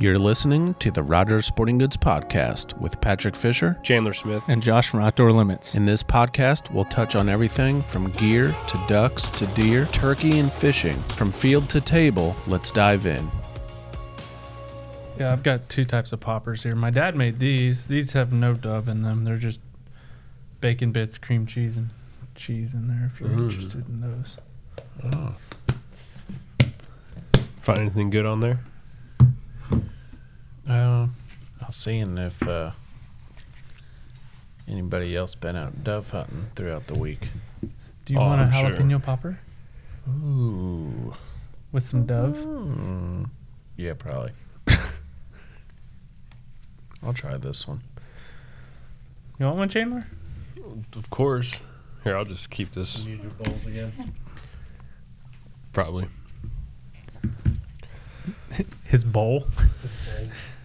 You're listening to the Rogers Sporting Goods Podcast with Patrick Fisher. Chandler Smith. and Josh from Outdoor Limits. In this podcast, we'll touch on everything from gear to ducks to deer, turkey and fishing, from field to table. Let's dive in. Yeah, I've got two types of poppers here. My dad made these. These have no dove in them. They're just bacon bits, cream cheese, and cheese in there if you're Mm. interested in those. Find anything good on there? Uh, I'll see and if uh, anybody else been out dove hunting throughout the week. Do you Oh, want a I'm sure. jalapeno popper Ooh. with some dove? Hmm. Yeah, probably. I'll try this one. You want one, Chandler? Of course. Here, I'll just keep this. Probably. His bowl.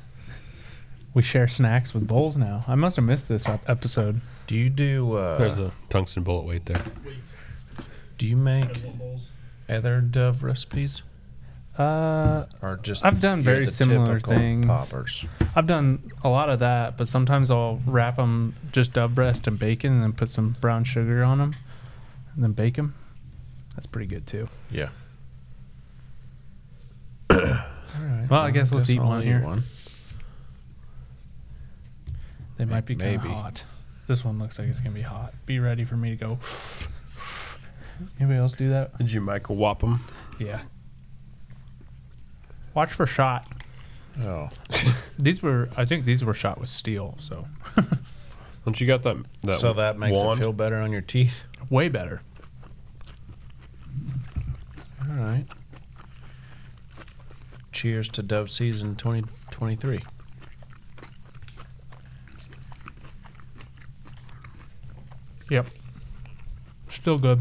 we share snacks with bowls now. I must have missed this ep- episode. Do you do There's uh, a tungsten bullet weight there. do you make other dove recipes? Uh, or just I've done you're very the similar typical things. Poppers. I've done a lot of that, but sometimes I'll wrap them just dove breast and bacon, and then put some brown sugar on them, and then bake them. That's pretty good too. Yeah. All right, Well, I guess let's eat I'll one here. One. They might be kind of Maybe. hot. This one looks like it's gonna be hot. Be ready for me to go. Anybody else do that? Did you micro whop them? Yeah. Watch for shot. Oh, These were, I think, these were shot with steel, so Once you got that, that so that makes wand, it feel better on your teeth. way better. All right. Cheers to Dove Season 2023. Yep. Still good.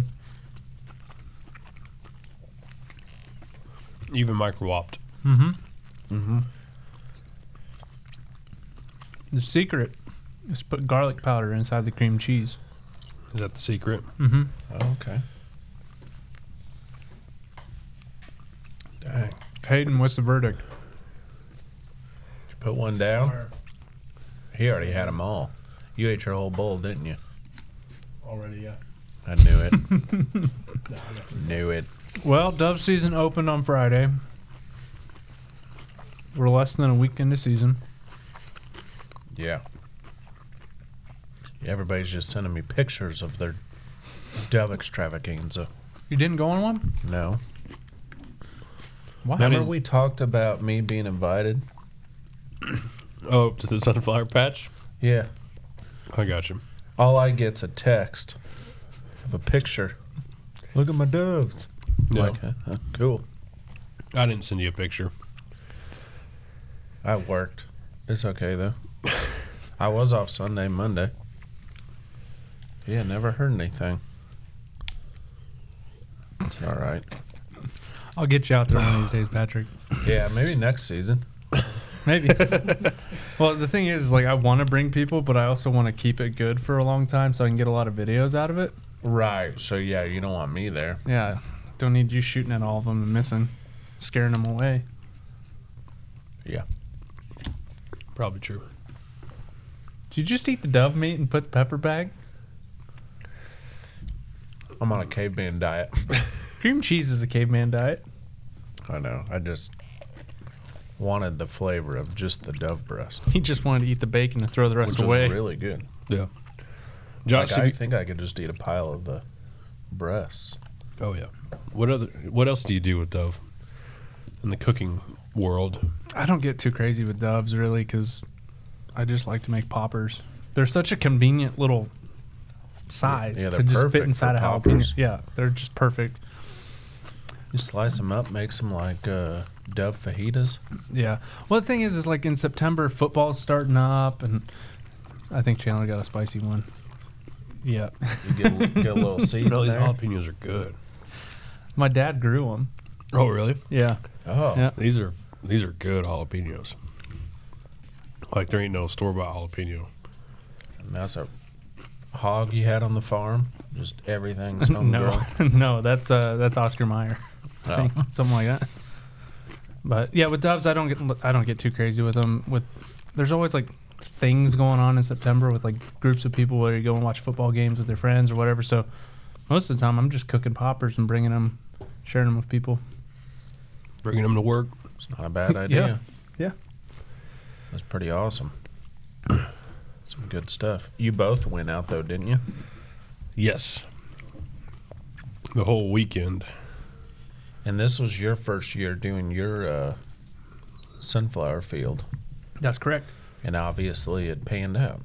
you've been micro whopped. Mm-hmm. Mm-hmm. The secret is put garlic powder inside the cream cheese. Is that the secret? Mm-hmm. Oh, okay. Dang. Hayden, what's the verdict? Did you put one down? He already had them all. You ate your whole bowl, didn't you? already, yeah. I knew it. knew it. Well, dove season opened on Friday. We're less than a week into season. Yeah. Everybody's just sending me pictures of their dove extravaganza. You didn't go on one? No. Why? Remember we talked about me being invited? Oh, to the sunflower patch? Yeah. I got you. All I get's a text of a picture. Look at my doves. I'm No. Like, huh, huh, cool. I didn't send you a picture. I worked. It's okay though. I was off Sunday, Monday. Yeah, never heard anything. It's all right. I'll get you out there one of these days, Patrick. Yeah, maybe next season. Maybe. well, the thing is, is like, I want to bring people, but I also want to keep it good for a long time so I can get a lot of videos out of it. Right. So yeah, you don't want me there. Yeah. Don't need you shooting at all of them and missing, scaring them away. Probably true. Did you just eat the dove meat and put the pepper back? I'm on a caveman diet. Cream cheese is a caveman diet. I know. I just wanted the flavor of just the dove breast, He just wanted to eat the bacon and throw the rest which away. was really good. Josh, Like, I you- think I could just eat a pile of the breasts. oh yeah. What other? What else do you do with dove? In the cooking world, I don't get too crazy with doves really because I just like to make poppers. They're such a convenient little size. Yeah, they're to just perfect fit inside for a poppers. jalapeno. Yeah, they're just perfect. You slice them up, makes them like uh, dove fajitas. Yeah. Well, the thing is, is like in September, football's starting up, and I think Chandler got a spicy one. Yeah, You get, a- get a little seed really, in these there. jalapenos are good. my dad grew them. Oh really? Yeah. Oh, Yeah. These are these are good jalapenos. Like there ain't no store bought jalapeno. and that's a hog you had on the farm. Just everything's homegrown. No, no, that's uh, that's Oscar Mayer. Oh. Something like that. But yeah, with doves, I don't get I don't get too crazy with them. With there's always like things going on in September with like groups of people where you go and watch football games with their friends or whatever. So most of the time, I'm just cooking poppers and bringing them, sharing them with people. Bringing them to work. It's not a bad idea. Yeah. That's pretty awesome. Some good stuff. You both went out though, didn't you? Yes. The whole weekend. And this was your first year doing your uh, sunflower field, That's correct. and obviously it panned out.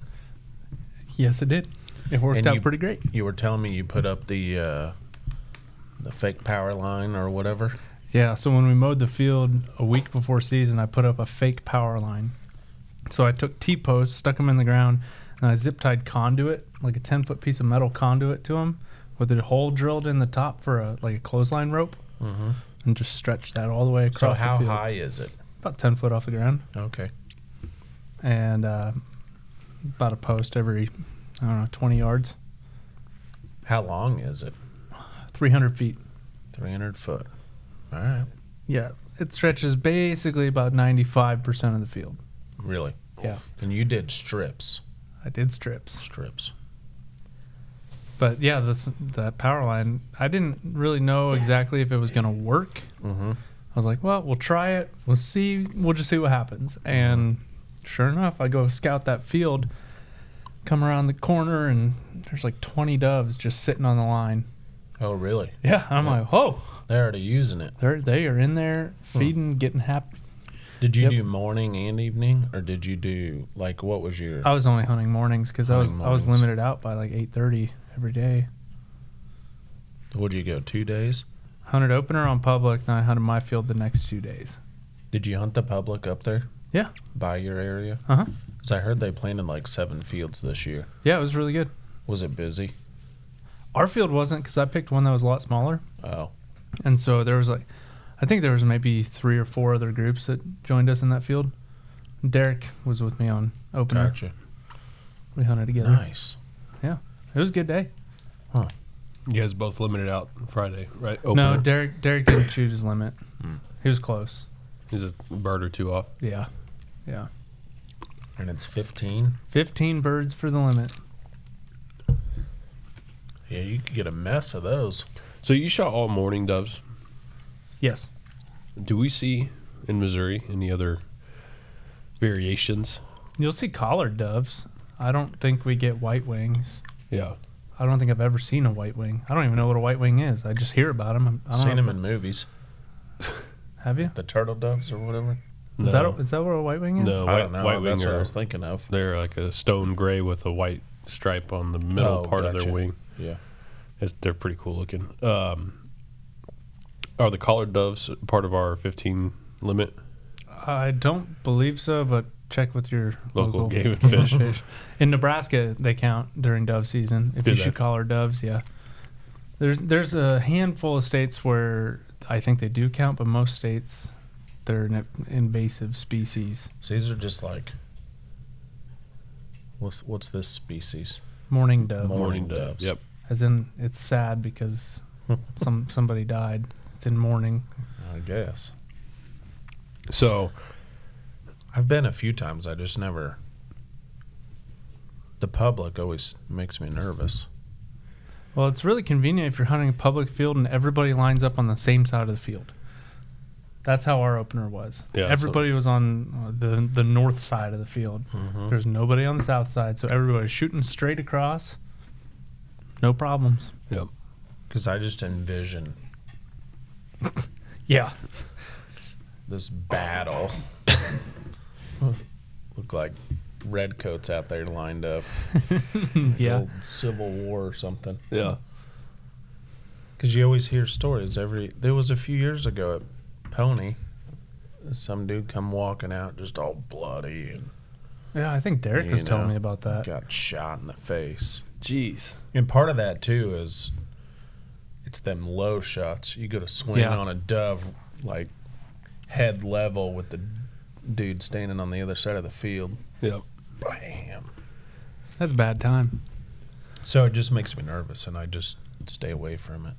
Yes, it did. It worked And out you- pretty great. You were telling me you put up the uh, the fake power line or whatever. Yeah, so when we mowed the field a week before season, I put up a fake power line. So I took T posts, stuck them in the ground, and I zip tied conduit, like a 10 foot piece of metal conduit to them, with a hole drilled in the top for a like a clothesline rope, Mm-hmm. and just stretched that all the way So across. how the field. high is it? About 10 foot off the ground, Okay. and uh, about a post every, I don't know, 20 yards, How long is it? 300 feet. Three hundred foot. All right. Yeah, it stretches basically about 95% of the field. Really? Yeah. And you did strips. I did strips. Strips. But yeah, that's that power line. I didn't really know exactly if it was going to work. Mm-hmm. I was like, well, we'll try it. We'll see. We'll just see what happens. And sure enough, I go scout that field, come around the corner, and there's like 20 doves just sitting on the line. Oh, really? Yeah, I'm Yeah. Hmm. like, oh, They're already using it. they're they are in there feeding, getting happy. Did you Yep. do morning and evening, or did you do like what was your? I was only hunting mornings because I was Hunting I was mornings. limited out by like 8:30 every day. Would you go two days? Hunted opener on public, then I hunted my field the next two days. Did you hunt the public up there? Yeah. By your area? Uh huh. Because I heard they planted like seven fields this year. Yeah, it was really good. Was it busy? Our field wasn't because I picked one that was a lot smaller, Oh, and so there was like, I think there was maybe three or four other groups that joined us in that field. Derek was with me on opener. gotcha. We hunted together. Nice. It was a good day. You guys both limited out Friday, right? No, Derek. Derek didn't shoot his limit. Hmm. He was close. Is a bird or two off? Yeah, And it's 15. fifteen birds for the limit. Yeah, you could get a mess of those. So you shot all morning doves. Yes. Do we see in Missouri any other variations? You'll see collared doves. I don't think we get white wings. Yeah. I don't think I've ever seen a white wing. I don't even know what a white wing is. I just hear about them. I I've don't seen know them if- in movies. Have you? The turtle doves or whatever. Is that a, is that what a white wing is? No, I white, don't know. white That's wing what I are, was thinking of. they're like a stone gray with a white stripe on the Oh, middle part of gotcha. their wing. Yeah. It's, they're pretty cool looking. Um, are the collared doves part of our 15 limit? I don't believe so, but check with your Local local, game and fish. In Nebraska, they count during dove season. If Do you they? shoot collared doves, yeah. There's there's a handful of states where I think they do count, but most states they're an invasive species. So these are just like. What's what's this species? Morning dove, Mor- Morning doves. Yep. as in it's sad because some somebody died. It's in mourning. I guess. So I've been a few times. I just never. The public always makes me nervous. Well, it's really convenient if you're hunting a public field and everybody lines up on the same side of the field. That's how our opener was. Yeah, so- everybody was on uh, the the north side of the field. Mm-hmm. There's nobody on the south side, so everybody's shooting straight across. No problems. Because I just envision Yeah. this battle. Look like redcoats out there lined up. yeah. Old Civil War or something. yeah, Because you always hear stories. Every there was a few years ago at Pony, some dude come walking out just all bloody and Yeah, I think Derek was You telling know. me about that. got shot in the face. jeez, And part of that too is it's them low shots. You go to swing Yeah. on a dove like head level with the dude standing on the other side of the field. Yep. Bam. That's a bad time. So it just makes me nervous and I just stay away from it.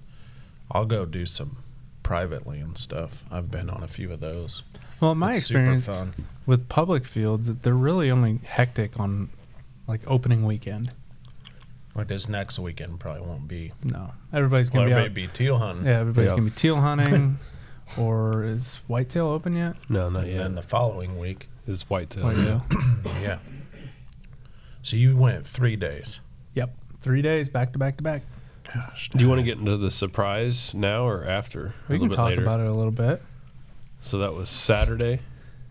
I'll go do some privately and stuff. I've been on a few of those. Well, my It's experience super fun. with public fields, they're really only hectic on like opening weekend. Like this next weekend probably won't be. No, everybody's Well, gonna everybody be be teal hunting. out. Yeah, everybody's Yeah. gonna be teal hunting, or is whitetail open yet? No, not And yet. then the following week. It's whitetail. Whitetail. Yeah. So you went three days. yep. Three days back to back to back. Do you want to get into the surprise now or after? A We little can bit talk later. about it a little bit. So that was Saturday.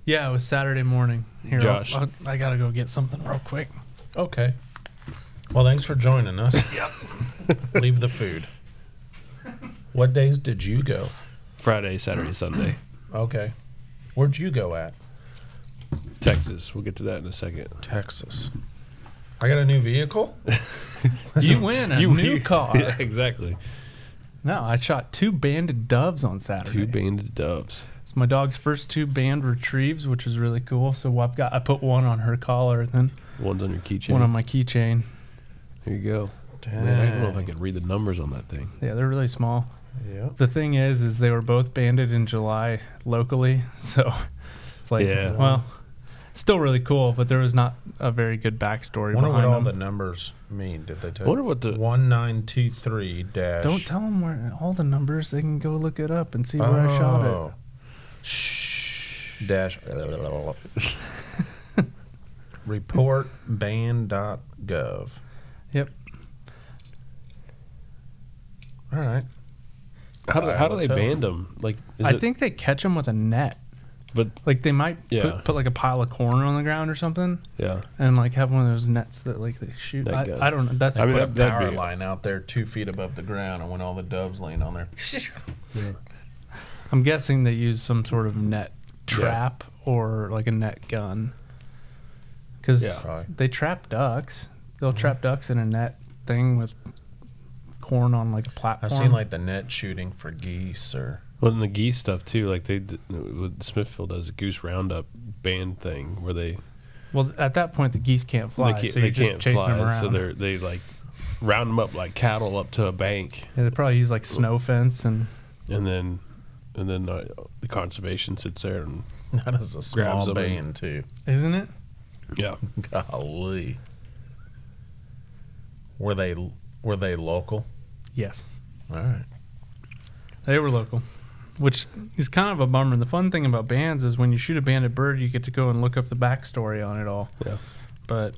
Yeah, it was Saturday morning. Here, I'll- Josh. I'll- I gotta go get something real quick. Okay. Well, thanks for joining us. yep. Leave the food. What days did you go? Friday, Saturday, Sunday. Okay. Where'd you go at? Texas. We'll get to that in a second. Texas. I got a new vehicle. You win a new car. Yeah, exactly. No, I shot two banded doves on Saturday. Two banded doves. It's my dog's first two band retrieves, which is really cool. So I've got I put one on her collar, and then One's on your keychain. one on my keychain. Here you go. Man, I don't know if I can read the numbers on that thing. Yeah, they're really small. Yeah. The thing is, is they were both banded in July locally, so it's like, Yeah. well, still really cool, but there was not a very good backstory wonder what behind all the them. numbers mean. Did they I tell wonder you? what the. One nine two three dash. Don't tell them where all the numbers. They can go look it up and see where I shot it. Oh. Dash. Report ban.gov. Yep. All right. How do, how do they Hotel. band them? Like, is I it, think they catch them with a net. But- like they might Yeah. put, put like a pile of corn on the ground or something, yeah. and like have one of those nets that like they shoot. That I, goes- I don't know. That's I mean, Put that'd- a that'd power be- line out there two feet above the ground, and when all the doves laying on there, I'm guessing they use some sort of net trap or like a net gun. Because Yeah. Probably. they trap ducks. They'll trap ducks in a net thing with corn on like a platform. I've seen like the net shooting for geese or Well, and the geese stuff too. Like they, d- what Smithfield does a goose roundup band thing where they well, at that point the geese can't fly, they can't, so you're they just can't chasing fly, them around. so they're they like round them up like cattle up to a bank, yeah, they probably use like snow fence and and then and then uh, the conservation sits there and that is a Grabs small them band too. isn't it? yeah. Golly, were they were they local? Yes, All right, they were local, which is kind of a bummer. And the fun thing about bands is when you shoot a banded bird, you get to go and look up the backstory on it all. Yeah. but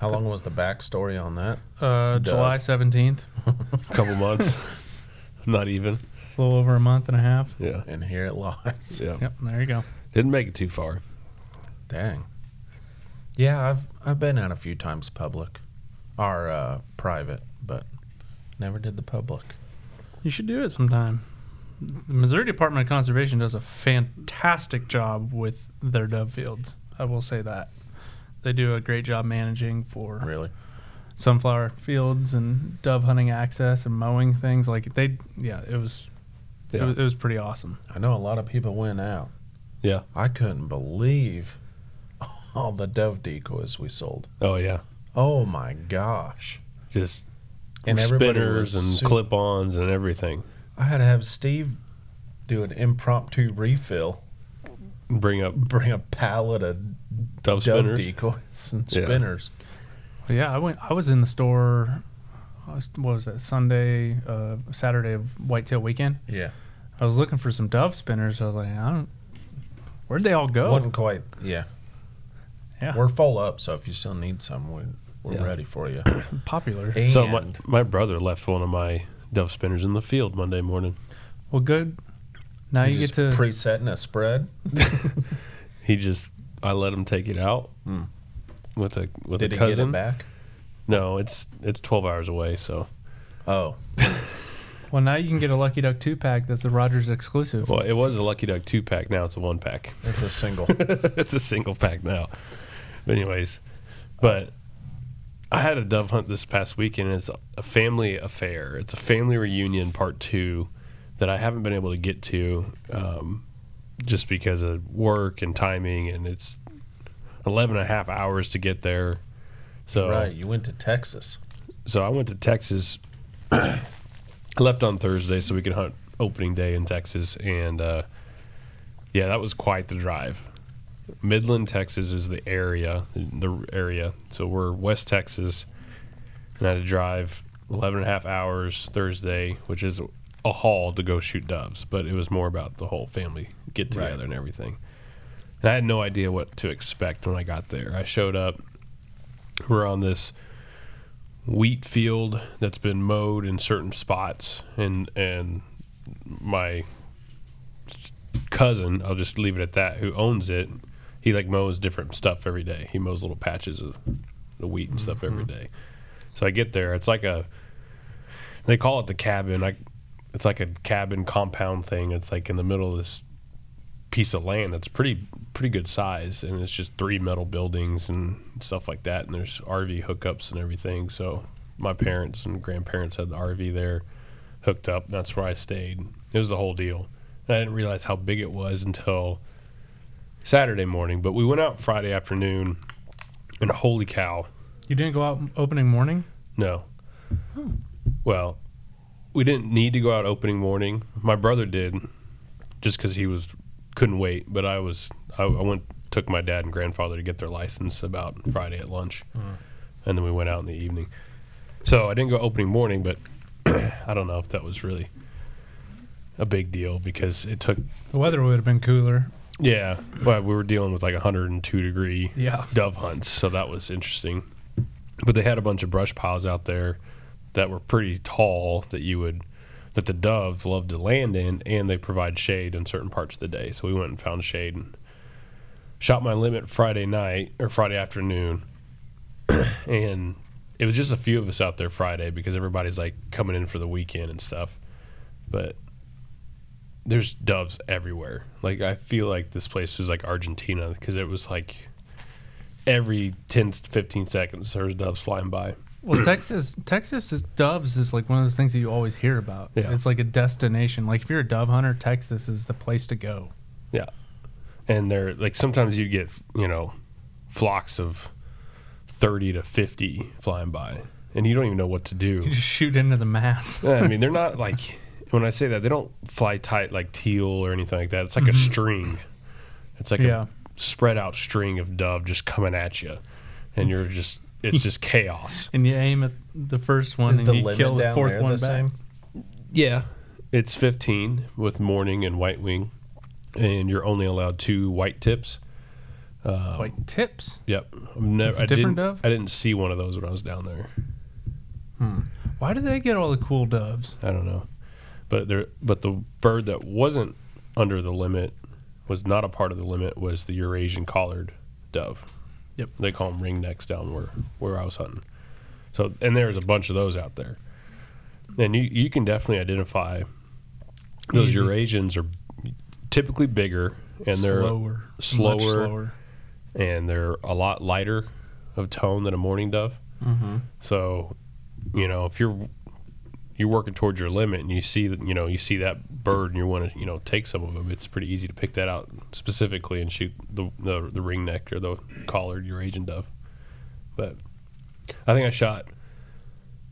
how long was the backstory on that? uh, July seventeenth, A couple months, not even. a little over a month and a half. Yeah, And here it lies. yeah. Yep, there you go. Didn't make it too far. Dang. Yeah, I've I've been out a few times public, or uh, private, but never did the public. You should do it sometime. The Missouri Department of Conservation does a fantastic job with their dove fields. I will say that. They do a great job managing for Really, sunflower fields and dove hunting access and mowing things. Like they, yeah, it was, it Yeah. was, it was pretty awesome. I know a lot of people went out. Yeah. I couldn't believe all the dove decoys we sold. Oh yeah, Oh my gosh. just And everybody spinners was and su- clip-ons and everything. I had to have Steve do an impromptu refill, Bring up bring a pallet of dove dove spinners. decoys and Yeah. spinners. But yeah, I went. I was in the store. I was- What was that? Sunday, uh, Saturday of whitetail weekend. Yeah. I was looking for some dove spinners. I was like, I don't. Where'd they all go? Wasn't quite, yeah. Yeah. We're full up, so if you still need some, we, we're Yeah. ready for you. Popular. And So my, my brother left one of my dove spinners in the field Monday morning. Well, good. Now you, get just to presetting a spread. He just I let him take it out Mm. with a with Did a he cousin. get it back? No, it's it's twelve hours away. So Oh, well. Now you can get a Lucky Duck two pack. That's a Rogers exclusive. well, it was a Lucky Duck two pack. Now it's a one pack. it's a single. it's a single pack now. But anyways, but I had a dove hunt this past weekend. It's a family affair. It's a family reunion part two that I haven't been able to get to, um, just because of work and timing, and it's 11 and a half hours to get there. So Right, you went to Texas. so I went to Texas. I left on Thursday so we could hunt opening day in Texas, and uh, yeah, that was quite the drive. Midland, Texas, is the area, the area. So we're West Texas, and I had to drive 11 and a half hours Thursday, which is a haul to go shoot doves, but it was more about the whole family get together and everything. And I had no idea what to expect when I got there. I showed up. We're on this wheat field that's been mowed in certain spots, and and my cousin, I'll just leave it at that, who owns it, he like mows different stuff every day. He mows little patches of the wheat and stuff every day. So I get there. It's like a they call it the cabin. I it's like a cabin compound thing. It's like in the middle of this piece of land that's pretty pretty good size and it's just three metal buildings and stuff like that and there's RV hookups and everything. So my parents and grandparents had the RV there hooked up. That's where I stayed. It was the whole deal. And I didn't realize how big it was until Saturday morning, but we went out Friday afternoon and holy cow, You didn't go out opening morning? no. Well, we didn't need to go out opening morning. My brother did, just because he was couldn't wait. But I was I, I went took my dad and grandfather to get their license about Friday at lunch, and then we went out in the evening. So I didn't go opening morning, but I don't know if that was really a big deal because it took The weather would have been cooler. yeah. Well, we were dealing with like 102 degree Yeah. dove hunts, so that was interesting. But they had a bunch of brush piles out there that were pretty tall that you would that the doves love to land in, and they provide shade in certain parts of the day. So we went and found shade and shot my limit Friday night or Friday afternoon, and it was just a few of us out there Friday because everybody's like coming in for the weekend and stuff. But there's doves everywhere. Like I feel like this place was like Argentina because it was like every 10 15 seconds there's doves flying by. Well, Texas, Texas is, doves is like one of those things that you always hear about. Yeah. It's like a destination. Like if you're a dove hunter, Texas is the place to go. and they're like sometimes you get you know flocks of 30 to 50 flying by and you don't even know what to You do just shoot into the mass. i mean they're not like when i say that they don't fly tight like teal or anything like that it's like a string it's like Mm-hmm. Yeah. a spread out string of dove just coming at you and you're just it's just chaos And you aim at the first one Is and the you limit kill the down fourth there one the back. same? yeah it's 15 with morning and white wing and you're only allowed two white tips Oh. Like tips. Yep, I've never. It's a I different didn't, dove? I didn't see one of those when I was down there. Why do they get all the cool doves? I don't know, but there. But the bird that wasn't under the limit was not a part of the limit. Was the Eurasian collared dove? Yep. they call them ring necks down where where I was hunting. So and there's a bunch of those out there, and you you can definitely identify those Easy. Eurasians are typically bigger and they're slower, slower, much slower. and they're a lot lighter of tone than a mourning dove. Mhm. So, you know, if you're you're working towards your limit and you see that you know you see that bird and you want to you know take some of them, it's pretty easy to pick that out specifically and shoot the the, the ring neck or the collared Eurasian dove. But I think I shot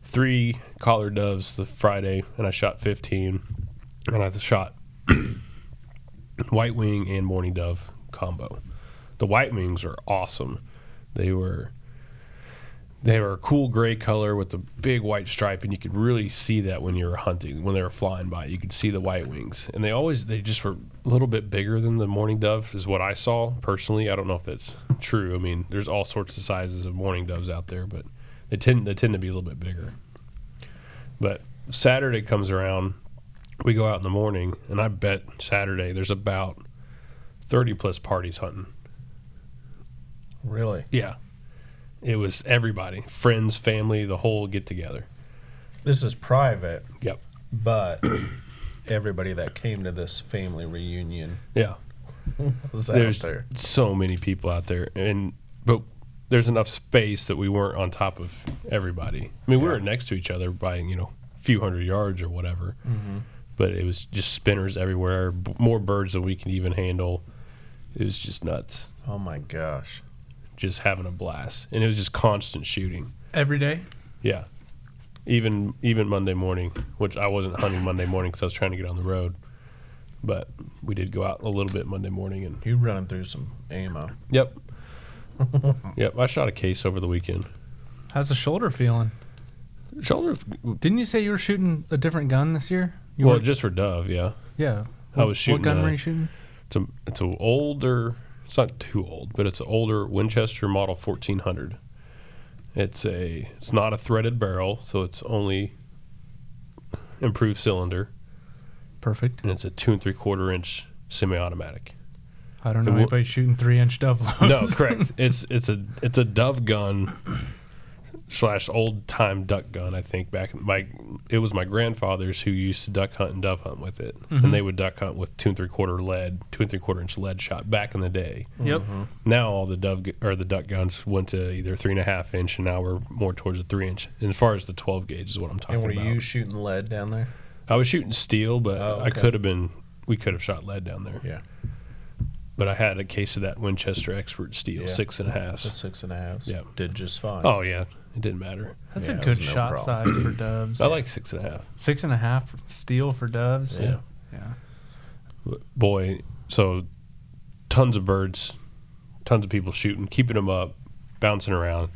three collared doves the Friday, and I shot fifteen, and I shot white wing and mourning dove combo. The white wings are awesome. They were they were a cool gray color with a big white stripe, and you could really see that when you were hunting. When they were flying by, you could see the white wings, and they always they just were a little bit bigger than the mourning dove, is what I saw personally. I don't know if that's true. I mean, there's all sorts of sizes of mourning doves out there, but they tend they tend to be a little bit bigger. But Saturday comes around, we go out in the morning, and I bet Saturday there's about thirty plus parties hunting. Really? Yeah. It was everybody, friends, family, the whole get together. This is private. Yep. But everybody that came to this family reunion Yeah. was There's- out there. So many people out there and but there's enough space that we weren't on top of everybody. I mean, we were next to each other by, you know, a few hundred yards or whatever. But it was just spinners everywhere, b- more birds than we can even handle. It was just nuts. Oh my gosh. Just having a blast. And it was just constant shooting. Every day. Yeah. even even Monday morning, which I wasn't hunting Monday morning because I was trying to get on the road. But we did go out a little bit Monday morning, and You running through some ammo. yep, yep, I shot a case over the weekend. How's the shoulder feeling? Shoulder, Didn't you say you were shooting a different gun this year? You well, were- just for dove, yeah. yeah. I was shooting What gun a- were you shooting? It's a it's a older. It's not too old, but it's an older Winchester model 1400. It's a it's not a threaded barrel, so it's only improved cylinder, Perfect. and it's a two and three quarter inch semi-automatic. I don't It know wa- anybody shooting three inch dove loads. No, correct. It's it's a it's a dove gun slash old time duck gun. I think back my it was my grandfather's who used to duck hunt and dove hunt with it, Mhm. and they would duck hunt with two and three quarter lead, two and three quarter inch lead shot back in the day. Mm-hmm. Yep. Now all the dove gu- or the duck guns went to either three and a half inch, and now we're more towards the three inch. And as far as the twelve gauge is what I'm talking And were about. you shooting lead down there? I was shooting steel, but Oh, I okay. could have been. We could have shot lead down there. Yeah. But I had a case of that Winchester Expert steel, Yeah. six and a half. The six and a half. Yeah. Did just fine. Oh yeah, it didn't matter. That's Yeah, a it good was no shot problem. size for doves. I like six and a half. six and a half steel for doves. Yeah. Yeah. Boy, so tons of birds, tons of people shooting, keeping them up, bouncing around.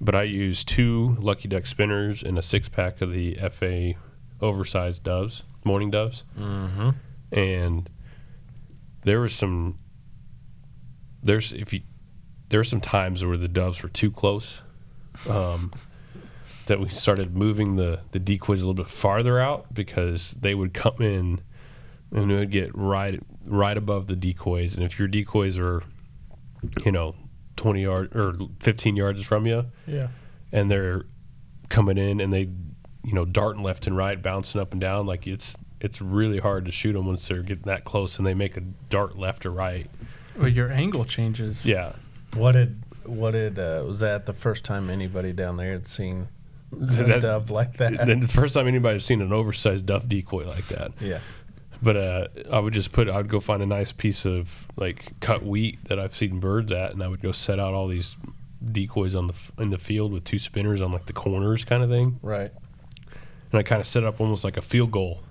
But I use two Lucky Duck spinners and a six pack of the FA oversized doves, morning doves, Mm-hmm. and there was some. There's if you there were some times where the doves were too close, um, that we started moving the the decoys a little bit farther out because they would come in and it would get right right above the decoys, and if your decoys are, you know, twenty yard or fifteen yards from you, Yeah. and they're coming in and they, you know, darting left and right, bouncing up and down, like it's it's really hard to shoot them once they're getting that close and they make a dart left or right. Well, your angle changes. Yeah, What did what did uh, was that the first time anybody down there had seen a That- dove like that? then the first time anybody's seen an oversized duff decoy like that. yeah. But uh, I would just put, I would go find a nice piece of like cut wheat that I've seen birds at, and I would go set out all these decoys on the f- in the field with two spinners on like the corners kind of thing, Right. and I kind of set up almost like a field goal.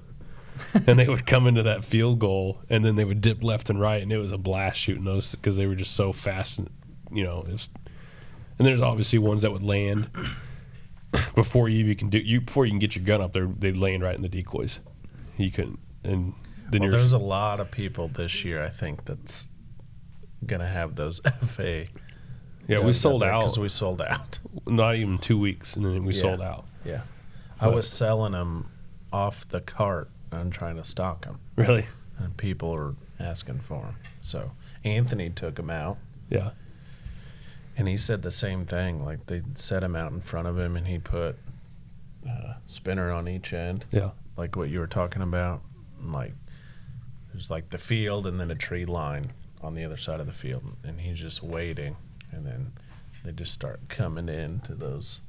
and they would come into that field goal, and then they would dip left and right, and it was a blast shooting those because they were just so fast, and you know, it was, and there's obviously ones that would land before you even can do you before you can get your gun up. They they land right in the decoys. You couldn't, and Well, then you're there's a lot of people this year, I think, that's gonna have those FA. Yeah, we sold out. because we sold out. not even two weeks, and then we Yeah. sold out. Yeah, I But- was selling them off the cart and trying to stock them, Really? and people are asking for them. So Anthony took them out, Yeah. and he said the same thing. Like they set him out in front of him, and he put uh, spinner on each end, Yeah. like what you were talking about. And like there's like the field, and then a tree line on the other side of the field, and he's just waiting, and then they just start coming in to those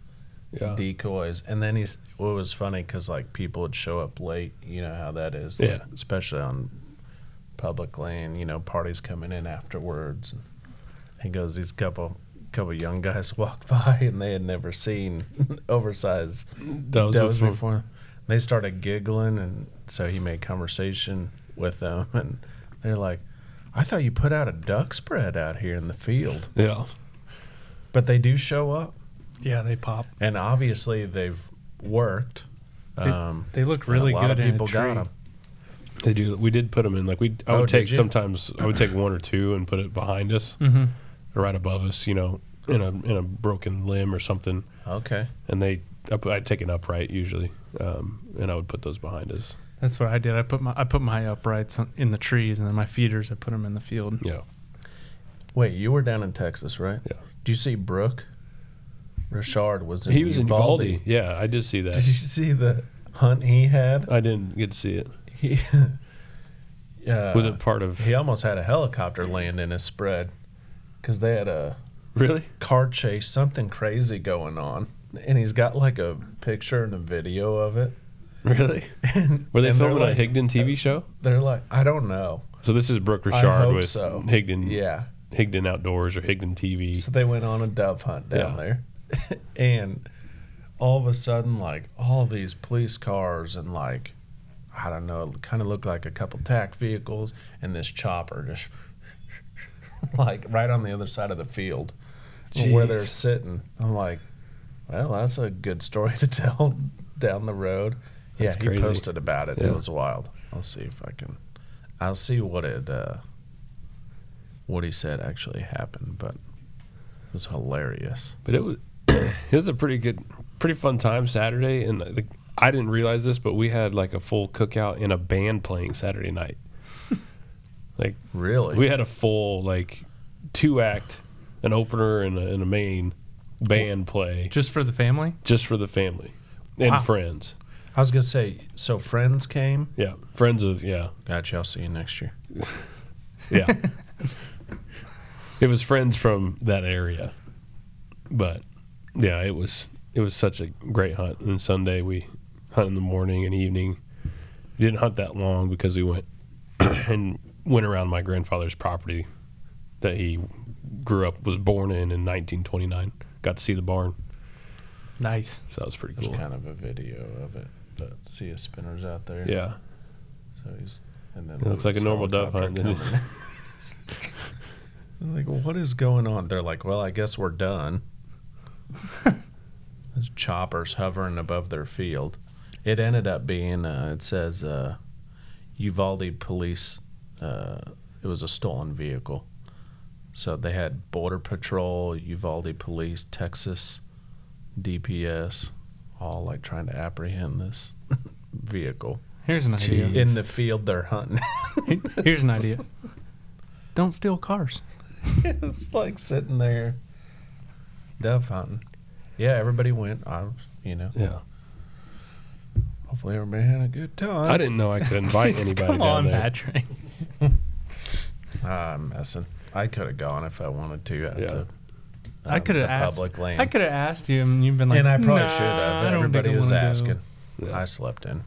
Yeah. decoys. And then he's what was funny because like people would show up late. You know how that is. Yeah. like, especially on public land. You know, parties coming in afterwards. He goes, these couple couple young guys walked by and they had never seen oversized That was doves before- before. They started giggling, and so he made conversation with them, and they're like. I thought you put out a duck spread out here in the field, Yeah. but they do show up, Yeah, they pop. and obviously they've worked. Um, They look and really a lot good. of in people a got tree. them. They do. We did put them in. Like we, I Oh, would did take you? Hmm. sometimes. I would take one or two and put it behind us, Mhm. or right above us. You know, in a in a broken limb or something, Okay. and they. I put- I'd take an upright usually, um, and I would put those behind us. That's what I did. I put my I put my uprights on- in the trees, and then my feeders I put them in the field. Yeah. Wait, you were down in Texas, right? Yeah. Do you see Brooke? Richard was in He was in Uvalde. Valdi. Yeah, I did see Did that. you see the hunt he had? I didn't get to see it. He, uh, Was it part of He almost had a helicopter land in his spread because they had a really? car chase, something crazy going on, and he's got like a picture and a video of it. Really? And, Were they and they're filming like- a Higdon TV show? They're like, I don't know. So this is Brooke I Richard hope with so. Higdon. Yeah. Higdon Outdoors or Higdon TV. So they went on a dove hunt down Yeah. there, and all of a sudden, like all these police cars and like I don't know, it kind of looked like a couple tack vehicles and this chopper just like right on the other side of the field where they're Jeez. sitting. I'm like, well, that's a good story to tell down the road. That's yeah, crazy. he posted about it. Yeah. It was wild. I'll see if I can. I'll see what it uh, what he said actually happened, but it was hilarious. But it was it was a pretty good, pretty fun time Saturday, and like I didn't realize this, but we had like a full cookout and a band playing Saturday night. like Really, we had a full like two act, an opener and a, and a main band play Just for the family? just for the family and Wow. friends. I was gonna say. So friends came. Yeah, friends of yeah. Gotcha. I'll see you next year. Yeah. it was friends from that area. But yeah, it was it was such a great hunt. And Sunday we hunt in the morning and evening. We didn't hunt that long because we went and went around my grandfather's property that he grew up was born in in 1929. Got to see the barn. Nice. So that was pretty There's cool. kind of a video of it, but see his spinner's out there. Yeah. So he's and then It looks like a Luke's normal dove hunt. helicopter coming. didn't it? I'm like, what is going on? They're like, well, I guess we're done. There's choppers hovering above their field. It ended up being, uh, it says, uh, Uvalde police, uh, it was a stolen vehicle. So they had Border Patrol, Uvalde Police, Texas, DPS, all like trying to apprehend this vehicle Here's an idea. Jeez. in the field they're hunting. Here's an idea. Don't steal cars. it's like sitting there dove hunting. Yeah, everybody went. I was, you know, Yeah. hopefully everybody had a good time. I didn't know I could invite anybody Come down on, there. Patrick. I'm messing. I could have gone if I wanted to. Out Yeah. to, I um, could have the asked. public land. I could have asked you, and you've been like, and I probably "Nah, should I have. don't think Everybody I was wanna go." asking. Yeah. I slept in.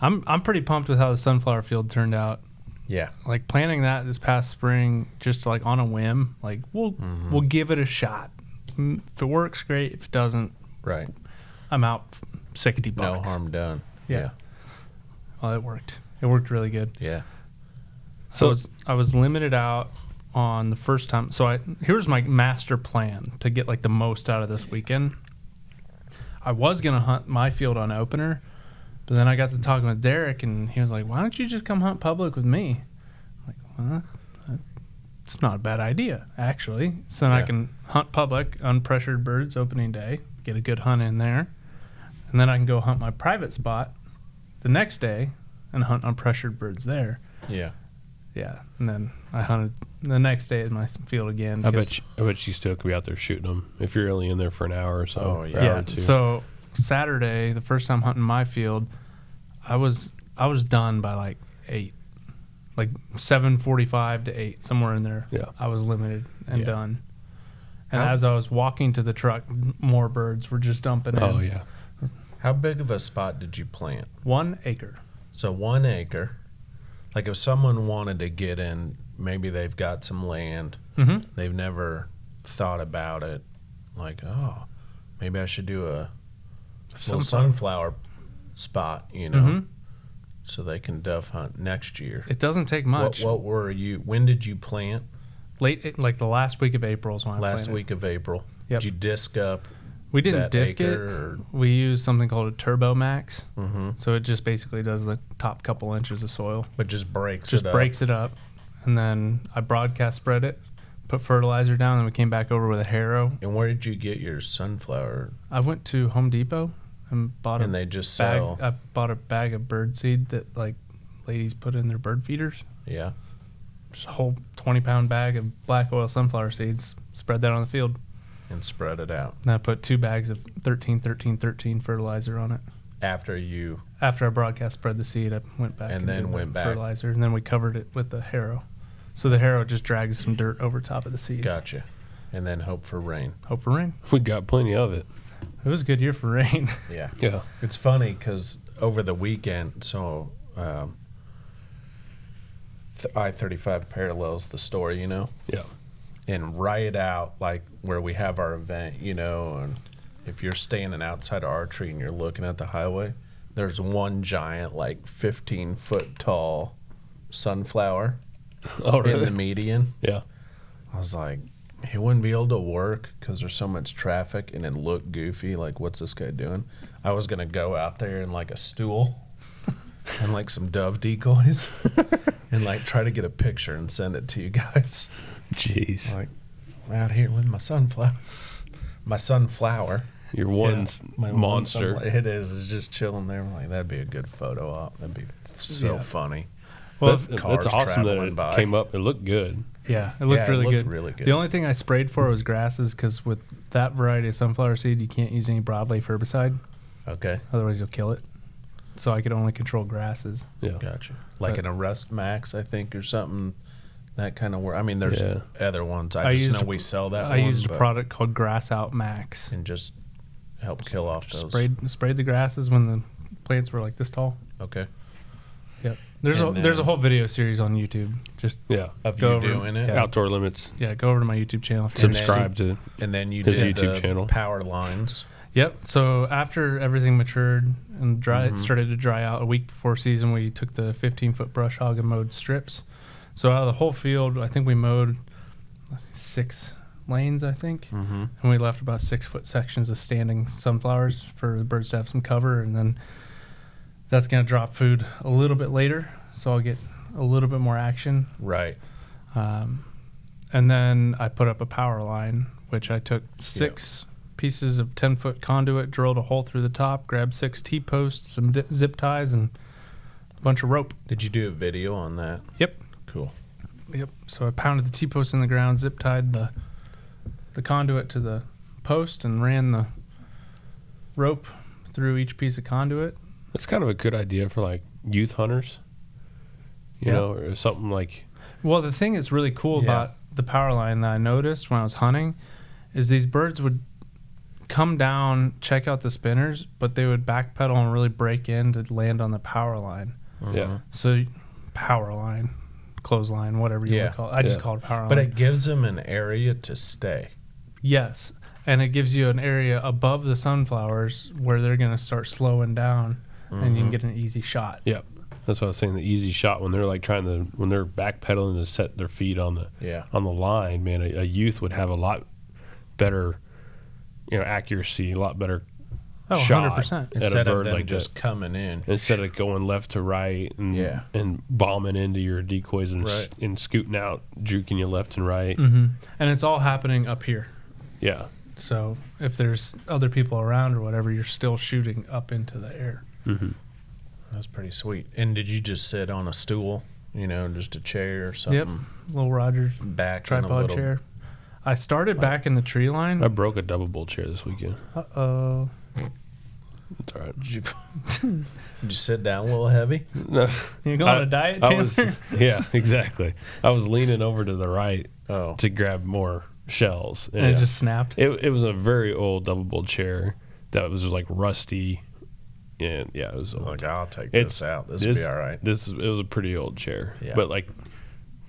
I'm I'm pretty pumped with how the sunflower field turned out. Yeah, Like planning that this past spring, just like on a whim. Like we'll Mm-hmm. we'll give it a shot. Mm, If it works, great. If it doesn't, right. I'm out f- sixty No bucks. harm done. Yeah. Yeah. Well, it worked. It worked really good. Yeah. So So- I was, I was limited out on the first time. So I here's my master plan to get like the most out of this weekend. I was gonna hunt my field on opener, but then I got to talking with Derek, and he was like, "Why don't you just come hunt public with me?" I'm like, well, that- it's not a bad idea actually. So then I Yeah. can hunt public, unpressured birds opening day, get a good hunt in there, and then I can go hunt my private spot the next day and hunt unpressured birds there. Yeah. Yeah, and then I hunted the next day in my field again. I because- bet you, I bet you still could be out there shooting them if you're only in there for an hour or so. Oh, or yeah. hour Yeah. or two. So Saturday, the first time hunting my field, I was I was done by like eight, like seven forty-five to eight, somewhere in there. Yeah. I was limited and Yeah. done. And How- as I was walking to the truck, more birds were just dumping in. oh yeah, How big of a spot did you plant? One acre. So one acre. Like if someone wanted to get in, maybe they've got some land. Mm-hmm. they've never thought about it like oh maybe i should do a little sunflower spot you know Mhm. so they can dove hunt next year It doesn't take what, much. what were you when did you plant Late, like the last week of April is when I last planted. week of april Yep. did you disc up We didn't that disc it. acre We used something called a Turbo Max. or, hmm So it just basically does the top couple inches of soil. but just breaks just it up. breaks it up. And then I broadcast spread it, put fertilizer down, and we came back over with a harrow. and where did you get your sunflower I went to Home Depot and bought and a they just bag sell I bought a bag of bird seed that like ladies put in their bird feeders. yeah Just a whole twenty pound bag of black oil sunflower seeds, spread that on the field. and spread it out And I put two bags of 13, 13, 13 fertilizer on it. after you after I broadcast spread the seed, I went back And then did the went back. fertilizer, and then we covered it with the harrow. So the harrow just drags some dirt over top of the seeds. gotcha and then hope for rain Hope for rain. we got plenty of it. It was a good year for rain. yeah Yeah, It's funny because over the weekend, so um, th- I thirty five parallels the store, you know, yeah. and right out like where we have our event, you know, and if you're standing outside of archery and you're looking at the highway, there's one giant, like 15 foot tall sunflower Oh, in the median. Yeah. I was like, he wouldn't be able to work because there's so much traffic and it looked goofy. Like, what's this guy doing? I was going to go out there in like a stool and like some dove decoys and like try to get a picture and send it to you guys. Jeez. Like, I'm out here with my sunflower. My sunflower. Your one's My one monster. sunflower- It is. It's just chilling there. I'm like, that'd be a good photo op. That'd be so Yeah. funny. Well, that's, cars that's awesome that traveling it by. came up. It looked good. Yeah, it looked, Yeah, it really, looked good. really good. The only thing I sprayed for was grasses because with that variety of sunflower seed, you can't use any broadleaf herbicide, Okay. otherwise you'll kill it. So I could only control grasses. Yeah. Gotcha. Like But- an Arrest Max, I think, or something. That kind of work. I mean, there's Yeah. other ones. I, I just used know a- we sell that. I one, used a but- product called Grass Out Max. and just help kill off those. Sprayed sprayed the grasses when the plants were like this tall. Okay. Yep. There's a And there's a then- whole video series on YouTube. Just Yeah. Of Go you over- doing it, Yeah. Outdoor limits. yeah, go over to my YouTube channel. if you're interested. Subscribe to. and then you His did YouTube the channel. power lines. Yep. So after everything matured and dry, it started to dry out a week before season, we took the 15 foot brush hog and mowed strips. So out of the whole field, I think we mowed six lanes, I think, Mm-hmm. and we left about six foot sections of standing sunflowers for the birds to have some cover, and then that's going to drop food a little bit later. So I'll get a little bit more action Right. um, and then I put up a power line, which I took six pieces of 10 foot conduit, drilled a hole through the top, grabbed six T posts, some di- zip ties, and a bunch of rope. Did you do a video on that? Yep. Cool. Yep. So I pounded the T post in the ground, zip tied the the conduit to the post, and ran the rope through each piece of conduit. That's kind of a good idea for like youth hunters. You Yeah. know, or something like Well, the thing that's really Yeah. cool about the power line that I noticed when I was hunting is these birds would come down, check out the spinners, but they would backpedal and really break in to land on the power line. yeah. So, power line, clothesline, whatever you Yeah. want to call it. I just Yeah. call it power But line. it gives them an area to stay. yes. And it gives you an area above the sunflowers where they're going to start slowing down and you can get an easy shot. That's what I was saying. The easy shot when they're like trying to when they're backpedaling to set their feet on the Yeah. on the line, man. A, a youth would have a lot better, you know, accuracy, a lot better Oh, shot 100%. at Instead a of bird them like just just coming in. instead of going left to right and Yeah. and bombing into your decoys and s- Right. and scooting out, juking you left and right. hmm And it's all happening up here. Yeah, So if there's other people around or whatever, you're still shooting up into the air. That's pretty sweet. And did you just sit on a stool? You know, just a chair or something. Little Rogers Yep. Back in a tripod little, chair. I started back in the tree line. I broke a double bull chair this weekend. Uh oh. It's all right. Did you, did you sit down a little heavy? No, You going on I- a diet, I was, Chandler? yeah, exactly. I was leaning over to the right Oh, to grab more shells, And yeah. it just snapped. It, it was a very old double bull chair that was like rusty, and yeah, it was old. like I'll take It's- this out. This this- will be all right. This is- it was a pretty old chair, Yeah. but like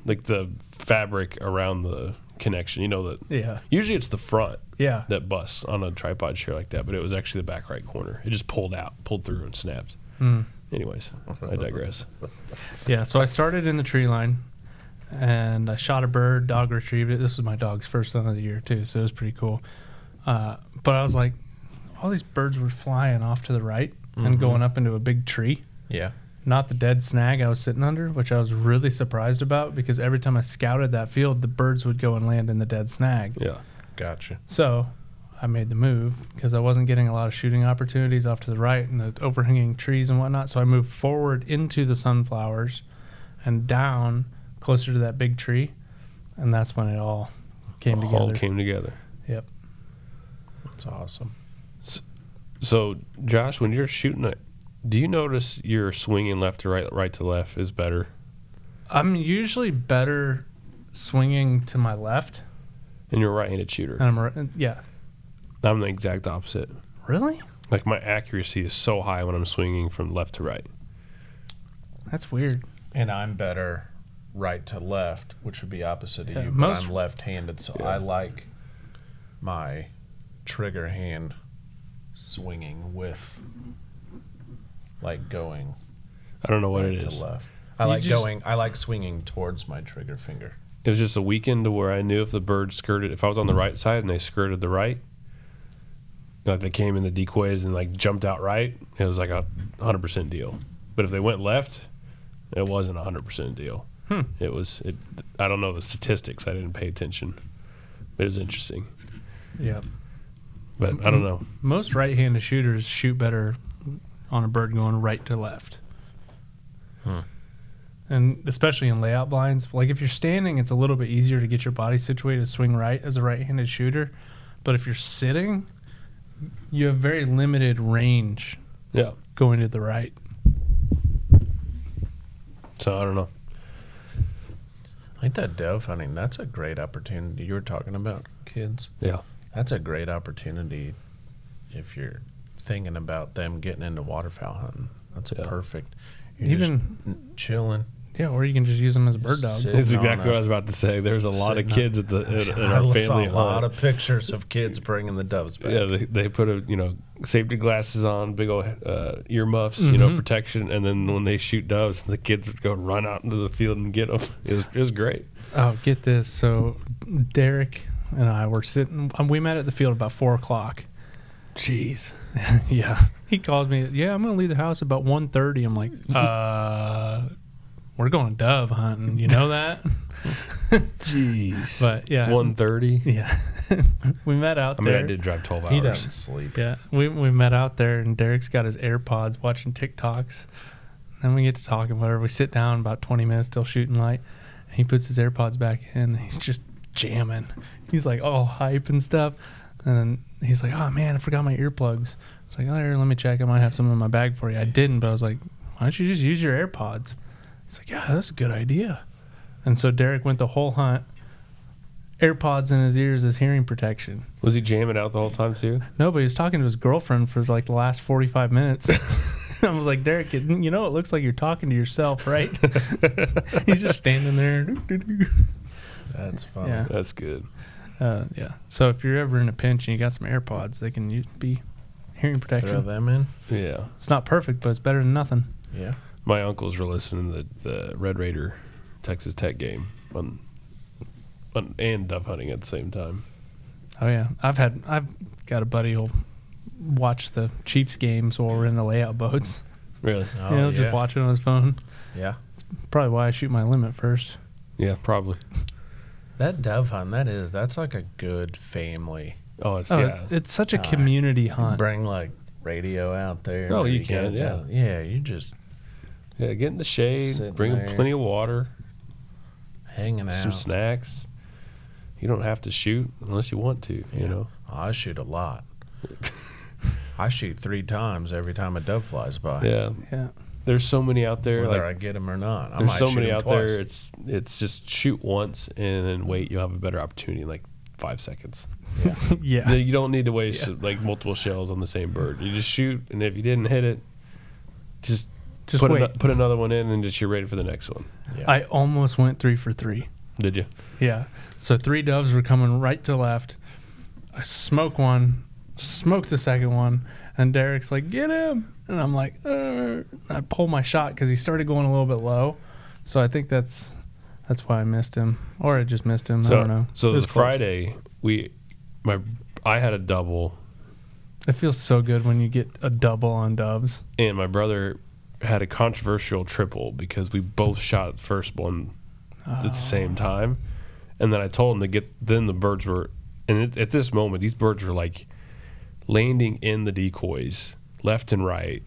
like the fabric around the connection, you know that Yeah. usually it's the front Yeah. that busts on a tripod chair like that, but it was actually the back right corner. It just pulled out, pulled through, and snapped. Mm. Anyways, I digress. Yeah. So I started in the tree line and I shot a bird, dog retrieved it. This was my dog's first hunt of the year, too. So it was pretty cool. Uh, but I was like, all these birds were flying off to the right Mm-hmm. and going up into a big tree. Yeah. not the dead snag I was sitting under, which I was really surprised about because every time I scouted that field, the birds would go and land in the dead snag. Yeah, Gotcha. So I made the move because I wasn't getting a lot of shooting opportunities off to the right and the overhanging trees and whatnot. So I moved forward into the sunflowers and down closer to that big tree. And that's when it all came all together. came together. That's awesome. So, Josh, when you're shooting it, do you notice you're swinging left to right, right to left is better? I'm usually better swinging to my left. And you're a right-handed shooter. And I'm, ri- yeah. I'm the exact opposite. Really? Like my accuracy is so high when I'm swinging from left to right. That's weird. And I'm better right to left, which would be opposite of Yeah, you. most- but I'm left-handed, so Yeah. I like my trigger hand swinging with like going I don't know what right it to is. left. I You like just- going. I like swinging towards my trigger finger. It was just a weekend to where I knew if the bird skirted, if I was on the right side and they skirted the right, like they came in the decoys and like jumped out right, it was like a hundred percent deal. But if they went left, it wasn't a hundred percent deal. Hmm. It was. It, I don't know the statistics. I didn't pay attention. But it was interesting. Yeah. But I don't know. Most right-handed shooters shoot better on a bird going right to left. Hmm. And especially in layout blinds, like if you're standing, it's a little bit easier to get your body situated to swing right as a right-handed shooter. But if you're sitting, you have very limited range Yeah. going to the right. So I don't know. I think that dove hunting. That's a great opportunity. You were talking about kids. Yeah. That's a great opportunity if you're thinking about them getting into waterfowl hunting. That's a Yeah. perfect. You're Even just chilling. yeah, or you can just use them as a bird dog. Just sit It's on exactly a- what I was about to say. There's a lot of Sitting on- kids at the at, at I saw our family a lot hunt. of pictures of kids bringing the doves back. Yeah, they, they put a you know safety glasses on, big old uh, earmuffs, you know Mhm. protection, and then when they shoot doves, the kids would go run out into the field and get them. It was, it was great. Oh, get this. So Derek and I were sitting. um, We met at the field about four o'clock. Jeez. Yeah. He called me. Yeah, I'm gonna leave the house about 1.30. I'm like, uh, we're going dove hunting. You know that? Jeez. But yeah, One thirty. Yeah. we met out I there. mean, I did drive twelve hours. He doesn't sleep. Yeah, we we met out there, and Derek's got his AirPods watching TikToks. Then we get to talking, whatever. We sit down about 20 minutes till shooting light, and he puts his AirPods back in, and he's just jamming. He's like all hype and stuff, and then he's like, "Oh man, I forgot my earplugs." It's like, "Oh, here, let me check. I might have some in my bag for you." I didn't, but I was like, "Why don't you just use your AirPods?" He's like, "Yeah, that's a good idea." And so Derek went the whole hunt, AirPods in his ears as hearing protection. Was he jamming out the whole time too? No, but he was talking to his girlfriend for like the last 45 minutes. I was like, Derek, you you know, it looks like you're talking to yourself, right? He's just standing there. That's funny. Yeah. That's good. Uh, yeah. So if you're ever in a pinch and you got some AirPods, they can u- be hearing Throw protection. them in. Yeah. It's not perfect, but it's better than nothing. Yeah. My uncles were listening to the, the Red Raider Texas Tech game on, on and dove hunting at the same time. Oh yeah, I've had I've got a buddy who'll watch the Chiefs games while we're in the layout boats. Really? Oh, you know, yeah. just watch it on his phone. Yeah. Probably why I shoot my limit first. Yeah, probably. That dove hunt, that is, that's like a good family. Oh, it's, Oh, yeah. it's, it's such a Uh, community You hunt. bring like radio out there. Oh, and you get can, it yeah. done. Yeah, you just yeah. Get in the shade. Sitting bring 'em there. plenty of water. hanging some out. snacks. You don't have to shoot unless you want to, you Yeah. know. Oh, I shoot a lot. I shoot three times every time a dove flies by. Yeah, Yeah. there's so many out there. Whether I Like, get them or not, I there's might so shoot many 'em out twice. there. It's it's just shoot once and then wait. You'll have a better opportunity in like five seconds. yeah. You don't need to waste like multiple shells on the same bird. You just shoot, and if you didn't hit it, just Just put wait. ano- put another one in, and just you're ready for the next one. Yeah. I almost went three for three. Did you? Yeah. So three doves were coming right to left. I smoke one, smoke the second one, and Derek's like, get him. And I'm like, "Err." I pull my shot because he started going a little bit low. So I think that's that's why I missed him. Or I just missed him. So I don't know. so It the was close. Friday we my I had a double It feels so good when you get a double on doves. and my brother had a controversial triple because we both shot at first one at the same time, and then I told him to get. Then the birds were, and at, at this moment, these birds were like landing in the decoys left and right,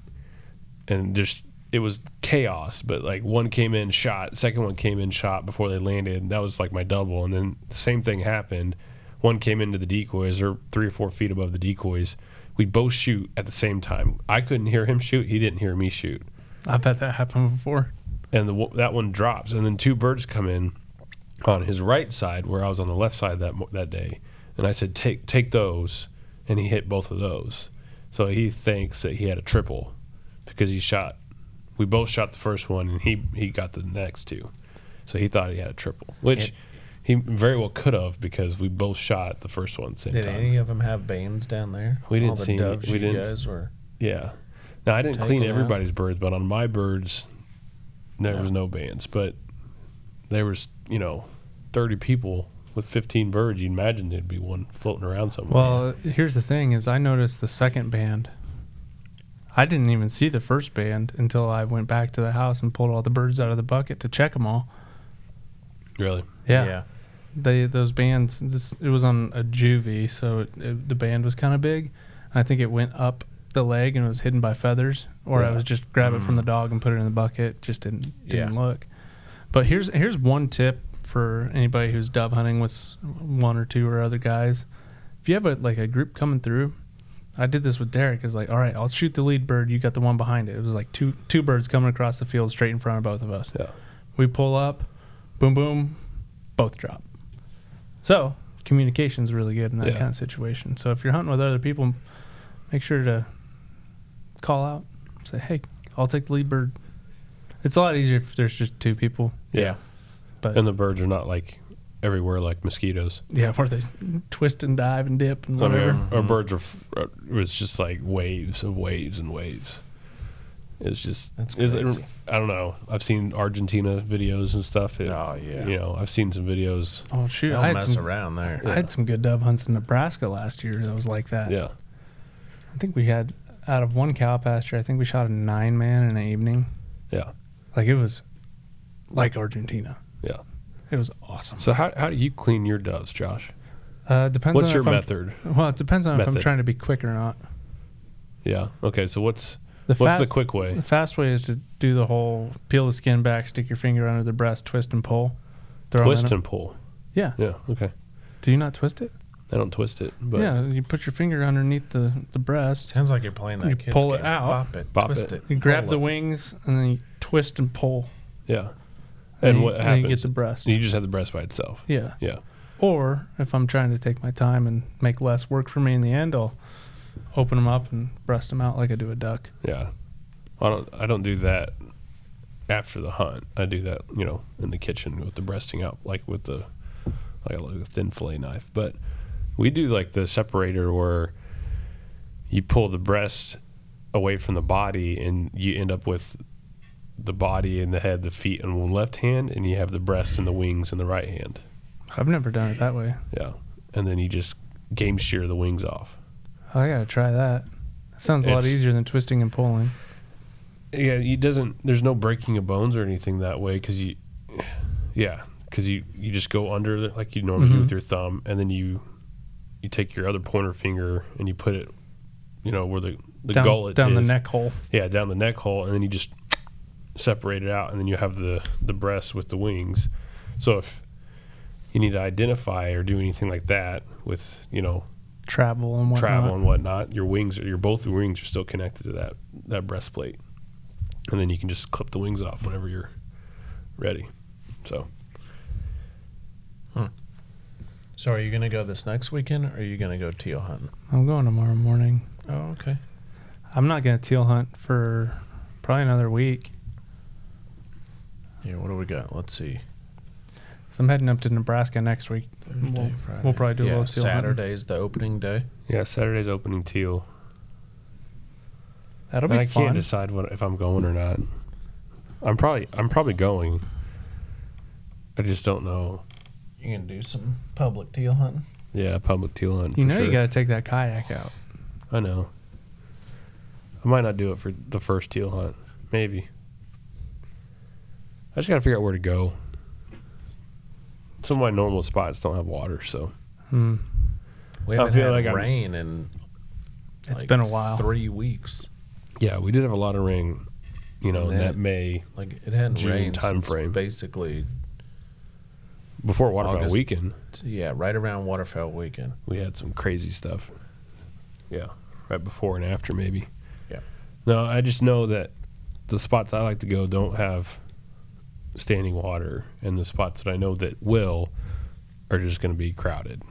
and just it was chaos. But like one came in shot, second one came in shot before they landed. And that was like my double, and then the same thing happened. One came into the decoys, or three or four feet above the decoys. We both shoot at the same time. I couldn't hear him shoot. He didn't hear me shoot I've had that happen before. and the, wo- that one drops, and then two birds come in on his right side where I was on the left side that mo- that day, and I said take take those, and he hit both of those, so he thinks that he had a triple because he shot, we both shot the first one, and he he got the next two, so he thought he had a triple, which He very well could have because we both shot the first one at the same Did time. any of them have Banes down there? We didn't All the see any- doves we you didn't- guys were. Yeah. Now I didn't Take clean them out. everybody's birds, but on my birds, there Yeah. was no bands. But there was, you know, thirty people with fifteen birds. You'd imagine there'd be one floating around somewhere. Well, here's the thing: is I noticed the second band. I didn't even see the first band until I went back to the house and pulled all the birds out of the bucket to check them all. really? Yeah, they those bands. This it was on a juvie, so it, it- the band was kind of big. I think it went up the leg and it was hidden by feathers, or I Yeah. was just grab it from the Mm. dog and put it in the bucket. Just didn't didn't Yeah. look. But here's here's one tip for anybody who's dove hunting with s- one or two or other guys. If you have a like a group coming through, I did this with Derek. Is like, all right, I'll shoot the lead bird. You got the one behind it. It was like two two birds coming across the field straight in front of both of us. Yeah. We pull up, boom boom, both drop. So communication's really good in that Yeah. kind of situation. So if you're hunting with other people, make sure to call out. Say, hey, I'll take the lead bird. It's a lot easier if there's just two people. Yeah. But- and the birds are not like everywhere like mosquitoes. Yeah, where they twist and dive and dip and whatever. I mean, our, our birds are. f- are- It was just like waves of waves and waves. It's just. That's is crazy. I don't know. I've seen Argentina videos and stuff. It- Oh, yeah. You know, I've seen some videos. Oh shoot, I Don't had, mess some, around there. I had some good dove hunts in Nebraska last year that was like that. Yeah. I think we had out of one cow pasture, I think we shot a nine man in the evening. Yeah. Like it was like Argentina. Yeah. It was awesome. So how, how do you clean your doves, Josh? Uh, depends What's on your if I'm- method? Well, it depends on if I'm method? trying to be quick or not. Yeah. Okay. So what's The what's the fast, quick way? The fast way is to do the whole peel the skin back, stick your finger under the breast, twist and pull. Throw 'em in Twist a- and pull. Yeah. Yeah. Okay. Do you not twist it? I don't twist it, but yeah. You put your finger underneath the, the breast. Sounds like you're playing that You kid's pull it game. out. Bop it. Bop twist it. it. You grab pull the it. wings and then you twist and pull. yeah. And you- what then happens? You get the breast. You just have the breast by itself. yeah. Yeah. Or if I'm trying to take my time and make less work for me in the end, I'll open them up and breast them out like I do a duck. Yeah. I don't. I don't do that after the hunt. I do that, you know, in the kitchen with the breasting up, like with the like a little thin fillet knife. But we do like the separator where you pull the breast away from the body, and you end up with the body and the head, the feet in one left hand, and you have the breast and the wings in the right hand. I've never done it that way. Yeah, and then you just game shear the wings off. I gotta try that. Sounds a lot It's- easier than twisting and pulling. yeah it doesn't there's no breaking of bones or anything that way because you yeah because you you just go under it like you normally do Mhm. with your thumb and then you you take your other pointer finger and you put it you know where the the down gullet down is. the neck hole. yeah down the neck hole and then you just separate it out and then you have the the breast with the wings so if you need to identify or do anything like that with you know Travel and whatnot. travel and whatnot, your wings are your both your wings are still connected to that that breastplate, and then you can just clip the wings off whenever you're ready. So So are you gonna go this next weekend, or are you gonna go teal hunting? I'm going tomorrow morning. Oh, okay. I'm not gonna teal hunt for probably another week. Yeah. What do we got? Let's see. So I'm heading up to Nebraska next week. We'll, Thursday, Friday. we'll probably do a yeah, little teal hunting. Saturday's the opening day. yeah, Saturday's opening teal. That'll And be I fun. can't decide what if I'm going or not. I'm probably I'm probably going. I just don't know. You gonna do some public teal hunting? Yeah, public teal hunt. you for know you sure. gotta take that kayak out. I know. I might not do it for the first teal hunt. Maybe. I just got to figure out where to go. Some of my normal spots don't have water, so Hmm. We I haven't feel had like I'm- rain in. It's like, been a while. Three weeks. yeah, we did have a lot of rain, you know, in Man. that May Like it hadn't June rained time since frame. Basically, before waterfowl August. weekend. t- yeah, right around waterfowl weekend. We had some crazy stuff. Yeah, right before and after maybe. Yeah. No, I just know that the spots I like to go don't have standing water, and the spots that I know that will are just going to be crowded.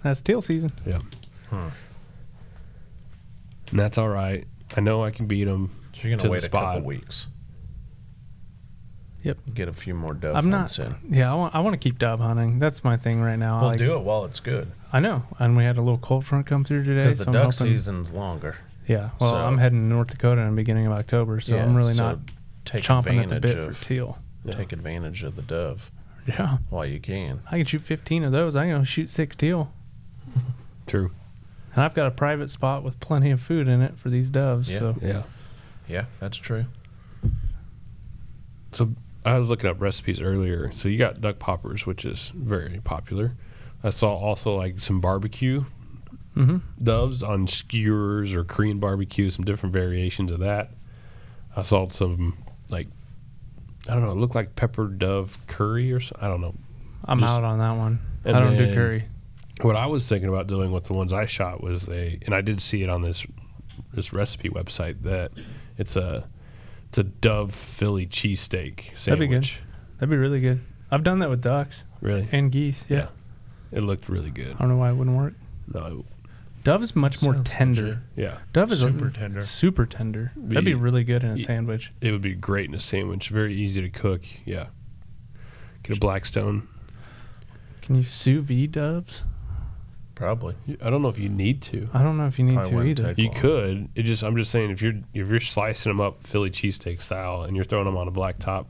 That's teal season. and that's all right. I know I can beat them. So you're gonna To the wait a spot. couple weeks. Yep. Get a few more dove I'm not- hunts in. Yeah, I want, I want to keep dove hunting. That's my thing right now. I We'll like- do it while it's good I know. And we had a little cold front come through today. because the so I'm duck hoping- season's longer. Yeah. Well, so- I'm heading to North Dakota in the beginning of October, so Yeah, I'm really so not take chomping at the advantage bit of for teal. take advantage of the dove Yeah. while you can. I can shoot 15 of those. I can shoot six teal. True. And I've got a private spot with plenty of food in it for these doves. Yeah. So Yeah. Yeah, that's true. So I was looking up recipes earlier. So you got duck poppers, which is very popular. I saw also like some barbecue Mhm. doves on skewers or Korean barbecue, some different variations of that. I saw some like I don't know, it looked like pepper dove curry or so, I don't know. I'm Just- out on that one. I and don't do then- curry. What I was thinking about doing with the ones I shot was they, and I did see it on this this recipe website that it's a it's a dove Philly cheesesteak sandwich. That'd be good. That'd be really good. I've done that with ducks Really, and geese. Yeah. Yeah. it looked really good. I don't know why it wouldn't work. No, Dove is much more Sounds tender. legit. yeah, Dove is Super a, tender. Super tender. That'd be Be- really good in a Ye- sandwich. it would be great in a sandwich. Very easy to cook. Yeah, get a blackstone. Can you sous vide doves? Probably. I don't know if you need to. I don't know if you need Probably to wouldn't either. take- You could. It just I'm just saying if you're if you're slicing them up Philly cheesesteak style and you're throwing them on a black top,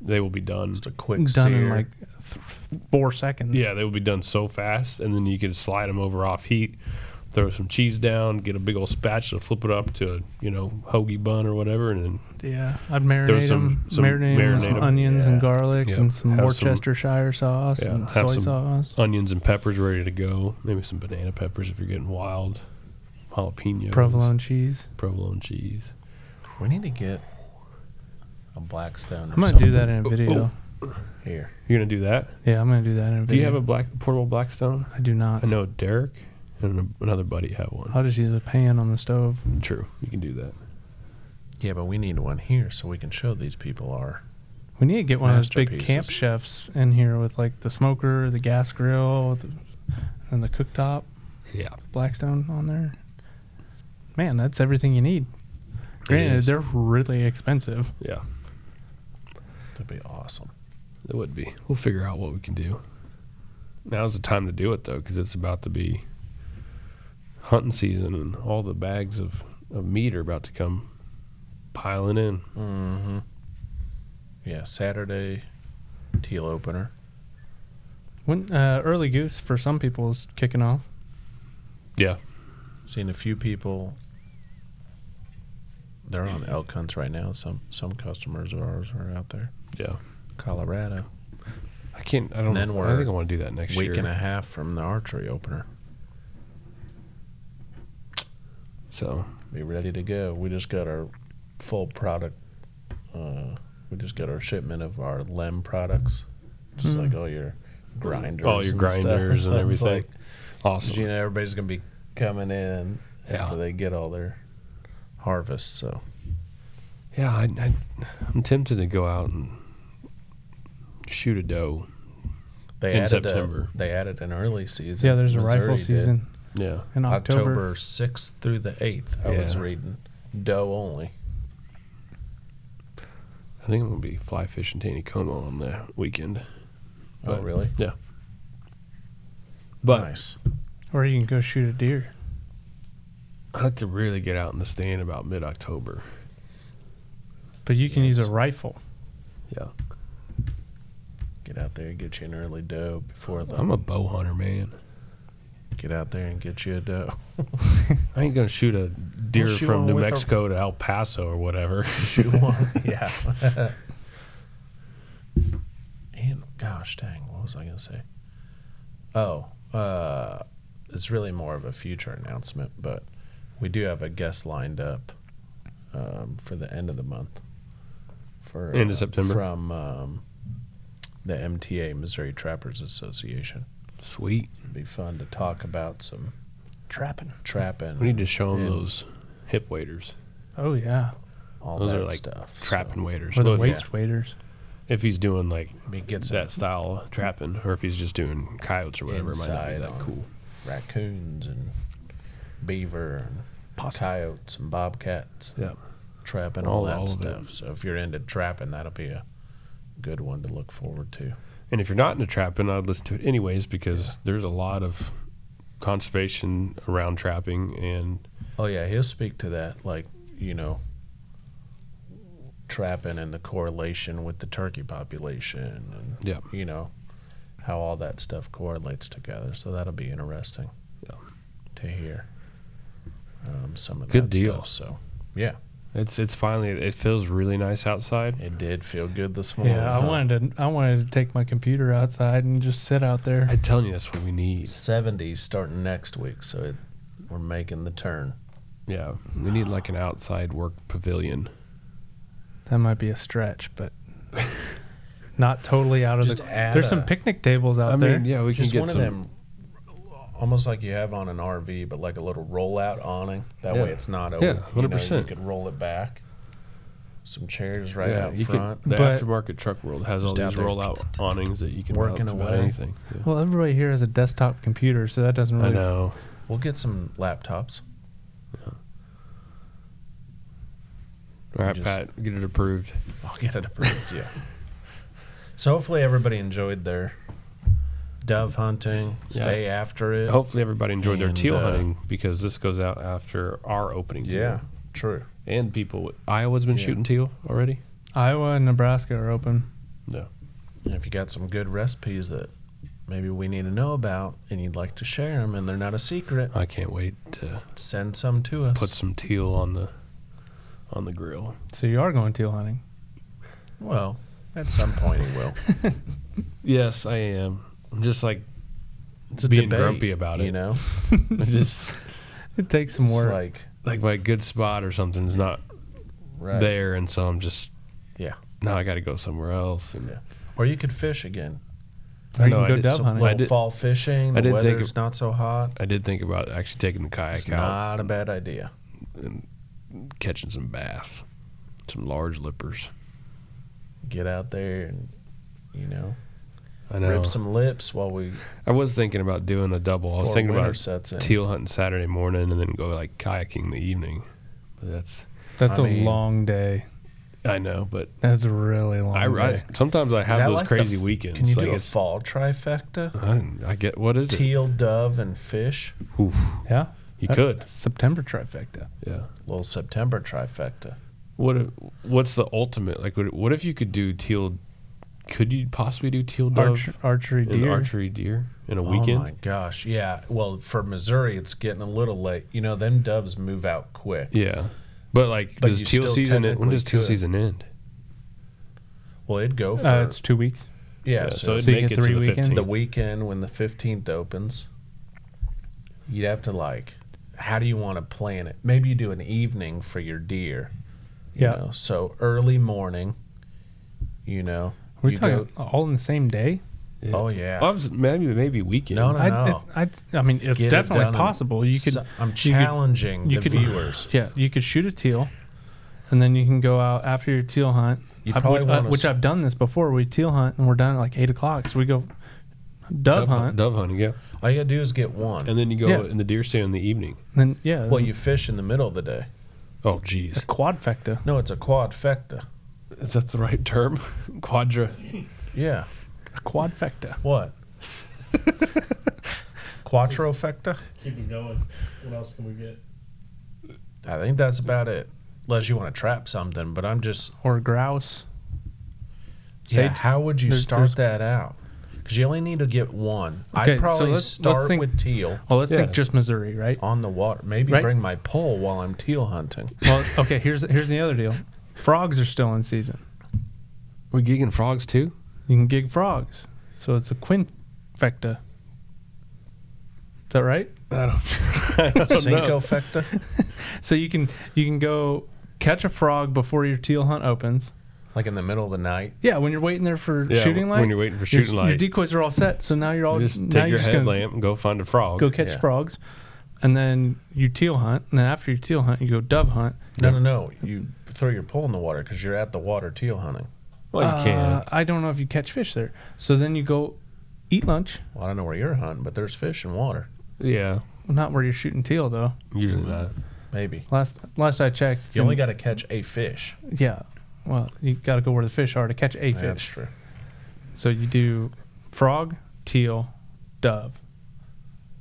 they will be done. Just a quick done sear. in like th- four seconds. Yeah, they will be done so fast, and then you can slide them over off heat, throw some cheese down, get a big old spatula, flip it up to a you know hoagie bun or whatever, and then yeah. I'd marinate some- them, some marinate 'em with some marinade 'em. onions Yeah. and garlic Yep. and some Have some- Worcestershire sauce Yeah, and have soy some- sauce. onions and peppers ready to go. Maybe some banana peppers if you're getting wild, jalapeno, Provolone cheese. provolone cheese. We need to get a blackstone. Or I'm gonna do that something Oh, in a video. here. You're gonna do that? Yeah, I'm gonna do that in a video. Do you have a black portable blackstone? I do not. I know Derek and a- another buddy have one. I'll just use a pan on the stove. True, you can do that. Yeah, but we need one here so we can show these people our. We need to get one of those big camp Masterpieces. chefs in here with like the smoker, the gas grill, the, and the cooktop Yeah, Blackstone on there. Man, that's everything you need. Granted, is. they're really expensive. yeah, That'd be awesome. it would be. We'll figure out what we can do. Now's the time to do it though, because it's about to be hunting season, and all the bags of of meat are about to come piling in. Mm-hmm. Yeah, Saturday teal opener. When uh, early goose for some people is kicking off. Yeah, Seen a few people. They're on elk hunts right now. Some some customers of ours are out there. yeah. Colorado, I can't. I don't. And then know. I we're think I want to do that next week year. and a half from the archery opener. So Be ready to go. We just got our full product. Uh, we just got our shipment of our lem products, just Hmm. like all your grinders, all your and stuff. grinders So and it's everything. like- awesome. you know everybody's gonna be coming in Yeah. after they get all their harvest. So Yeah, I, I, I'm tempted to go out and shoot a doe. they In added a- September. they added an early season. Yeah, there's a Missouri rifle did. season Yeah. in October. October sixth through the eighth. I was Yeah. reading doe only. I think I'm gonna be fly fishing Taney Como on the weekend. Oh But- really? Yeah. But nice. Or you can go shoot a deer. I like to really get out in the stand about mid October. But you can Yeah, use a it's- rifle. Yeah. Get out there and get you an early doe before the. I'm a bow hunter, man. get out there and get you a doe. I ain't gonna shoot a deer shoot from one New with a- Mexico to El Paso or whatever. Shoot one. yeah. and gosh dang, what was I gonna say? Oh, uh, it's really more of a future announcement, but we do have a guest lined up um, for the end of the month. For uh, End of September? from um, the MTA Missouri Trappers Association. Sweet. It'd be fun to talk about some trapping, trapping, We need to show them Yeah. those hip waders, Oh yeah, all those that are like stuff. trapping waders. or the Well, if, waist waders. if he's doing like So, I mean, get some that style of trapping, or if he's just doing coyotes or whatever, it might Inside not be that on- cool. raccoons and beaver and coyotes and bobcats, Yeah. trapping All- Oh, all, that all of stuff. it. So if you're into trapping, that'll be a good one to look forward to. And if you're not into trapping, I'd listen to it anyways because there's a lot of conservation around trapping and Oh yeah, he'll speak to that, like you know, trapping and the correlation with the turkey population, and Yeah. you know, how all that stuff correlates together. So that'll be interesting Yeah. to hear um, some of Good that deal. stuff. So yeah, it's it's finally it feels really nice outside. it did feel good this morning. Yeah, I huh? wanted to. I wanted to take my computer outside and just sit out there. I'm telling you that's what we need. 70s starting next week, so it, we're making the turn. Yeah. We need like an outside work pavilion. That might be a stretch, but not totally out of Just the. add There's some a- picnic tables out I there. mean, yeah, we Just can get one some of them, almost like you have on an RV, but like a little rollout awning. That Yeah. way, it's not over. Yeah, You, know, 100%. you could roll it back. Some chairs right yeah, out you front. Could, the But- aftermarket truck world has all Just out these there. rollout awnings that you can Working mount to away. anything. Yeah. Well, everybody here has a desktop computer, so that doesn't I really. know. We'll get some laptops. All right, Just- Pat, get it approved. I'll get it approved. yeah. So hopefully everybody enjoyed their dove hunting. Stay after it. Hopefully, everybody enjoyed their And, teal uh, hunting because this goes out after our opening. teal. Yeah. True. and people. Iowa's been Yeah. shooting teal already. Iowa and Nebraska are open. And if you got some good recipes that maybe we need to know about and you'd like to share them and they're not a secret, I can't wait to send some to us. put some teal on the on the grill. So you are going teal hunting. Well, at some point he will. Yes, I am. I'm just like It's a Being debate, grumpy about it. You know, just It takes some It's work. like like my good spot or something's not right. there, and so I'm just Yeah. Now I got to go somewhere else, and Yeah. Or you could fish again. I Or you know, can I go did dove some- I hunting. Little did- fall fishing. I The didn't think weather's of- not so hot. I did think about actually taking the kayak It's out, not a bad idea. catching some bass, some large lippers. Get out there and you know, I know. rip some lips while we. I was thinking about doing a double. I was before thinking winter about sets in. teal hunting Saturday morning and then go like kayaking in the evening. But that's That's I a mean- long day. I know, but That's a really long. I, I day. sometimes I Is that have those like the crazy f- weekends. Can you like do a it's, fall trifecta? I, I get what is it? Teal, dove, and fish. Oof, Yeah. you could, Uh, September trifecta. yeah. Little September trifecta. What if, what's the ultimate? Like, what, what if you could do teal? Could you possibly do teal dove Arch, archery and deer. archery deer in a Oh my weekend? gosh! Yeah. Well, for Missouri, it's getting a little late. You know, them doves move out quick. Yeah, but like, But does you teal still season? End, when technically does teal could. season end? Well, it'd go for uh, it's two weeks. yeah, Yeah, So, so it's it'd so you make get it to three the weekends? fifteenth. the weekend when the 15th opens you'd have to like how do you want to plan it maybe you do an evening for your deer you Yeah. know? so early morning you know We're you talking all in the same day. Yeah. oh yeah I was- maybe maybe weekend. No, no. I, know. I, I, mean, it's Get it definitely done in- possible. You could, So- i'm you could- challenging you the could- viewers yeah, you could shoot a teal, and then you can go out after your teal hunt. you I- probably which, I, want which I've done this before. We teal hunt and we're done at like eight o'clock, so we go dove, hun- hunt. dove hunting. Yeah, all you gotta do is get one and then you go Yeah. in the deer stand in the evening. And then yeah, well you fish in the middle of the day Oh, a geez, quadfecta. no it's a quadfecta is that the right term? Quadra. yeah A quadfecta. what quattrofecta Keep it going. What else can we get? i think that's about it unless you want to trap something but i'm just Or grouse. Yeah, Sage- how would you there's- start that out? Because you only need to get one. Okay, I'd so probably let's- let's start think- with teal Well, let's Yeah. think just Missouri, right? on the water. Maybe Right. bring my pole while I'm teal hunting. Well, okay. Here's here's the other deal. Frogs are still in season. We gigging frogs too. You can gig frogs, so it's a quinfecta. Is that right? I Oh, don't know. Cinco fecta. So you can you can go catch a frog before your teal hunt opens. Like in the middle of the night. Yeah, when you're waiting there for Yeah, shooting light, when you're waiting for your- shooting your, light, decoys are all set. So now you're all You just now take your you're just gonna headlamp and go find a frog. go catch Yeah. frogs, and then you teal hunt, and then after you teal hunt, you go dove hunt. No, no, no. You throw your pole in the water because you're at the water teal hunting. Well, you Uh, can. I don't know if you catch fish there. So then you go eat lunch. Well, I don't know where you're hunting, but there's fish in water. Yeah, Not where you're shooting teal though. usually not. Maybe Last last I checked, you only got to catch a fish. yeah. Well, you got to go where the fish are to catch a That's fish. true. So you do frog, teal, dove.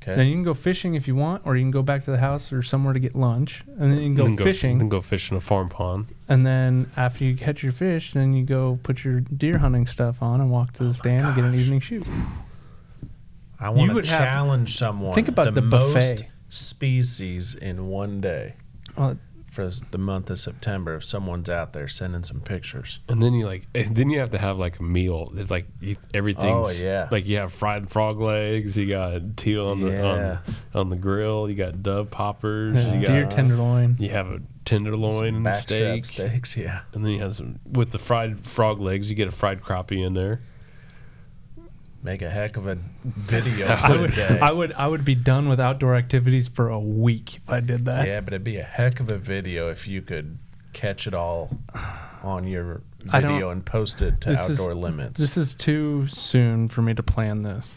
Okay. Then you can go fishing if you want, or you can go back to the house or somewhere to get lunch, and then you can go Then fishing. Then go fish in a farm pond. and then after you catch your fish, then you go put your deer hunting stuff on and walk to the stand and get an gosh. evening shoot. I want to would have- challenge someone. Think about the most buffet. species in one day Well, for the month of September. If someone's out there sending some pictures, And then you like, and then you have to have like a meal. It's like you, everything's. Oh, yeah. Like you have fried frog legs. You got teal on the Yeah. on, on the grill. You got dove poppers. yeah, You deer got tenderloin. you have a tenderloin and a backstrap steak. steaks. Yeah, And then you have some with the fried frog legs. You get a fried crappie in there. make a heck of a video I for I the would, day. I would, I would be done with outdoor activities for a week if I did that. yeah, but it'd be a heck of a video if you could catch it all on your I don't- video and post it to This is- outdoor limits. This is too soon for me to plan this.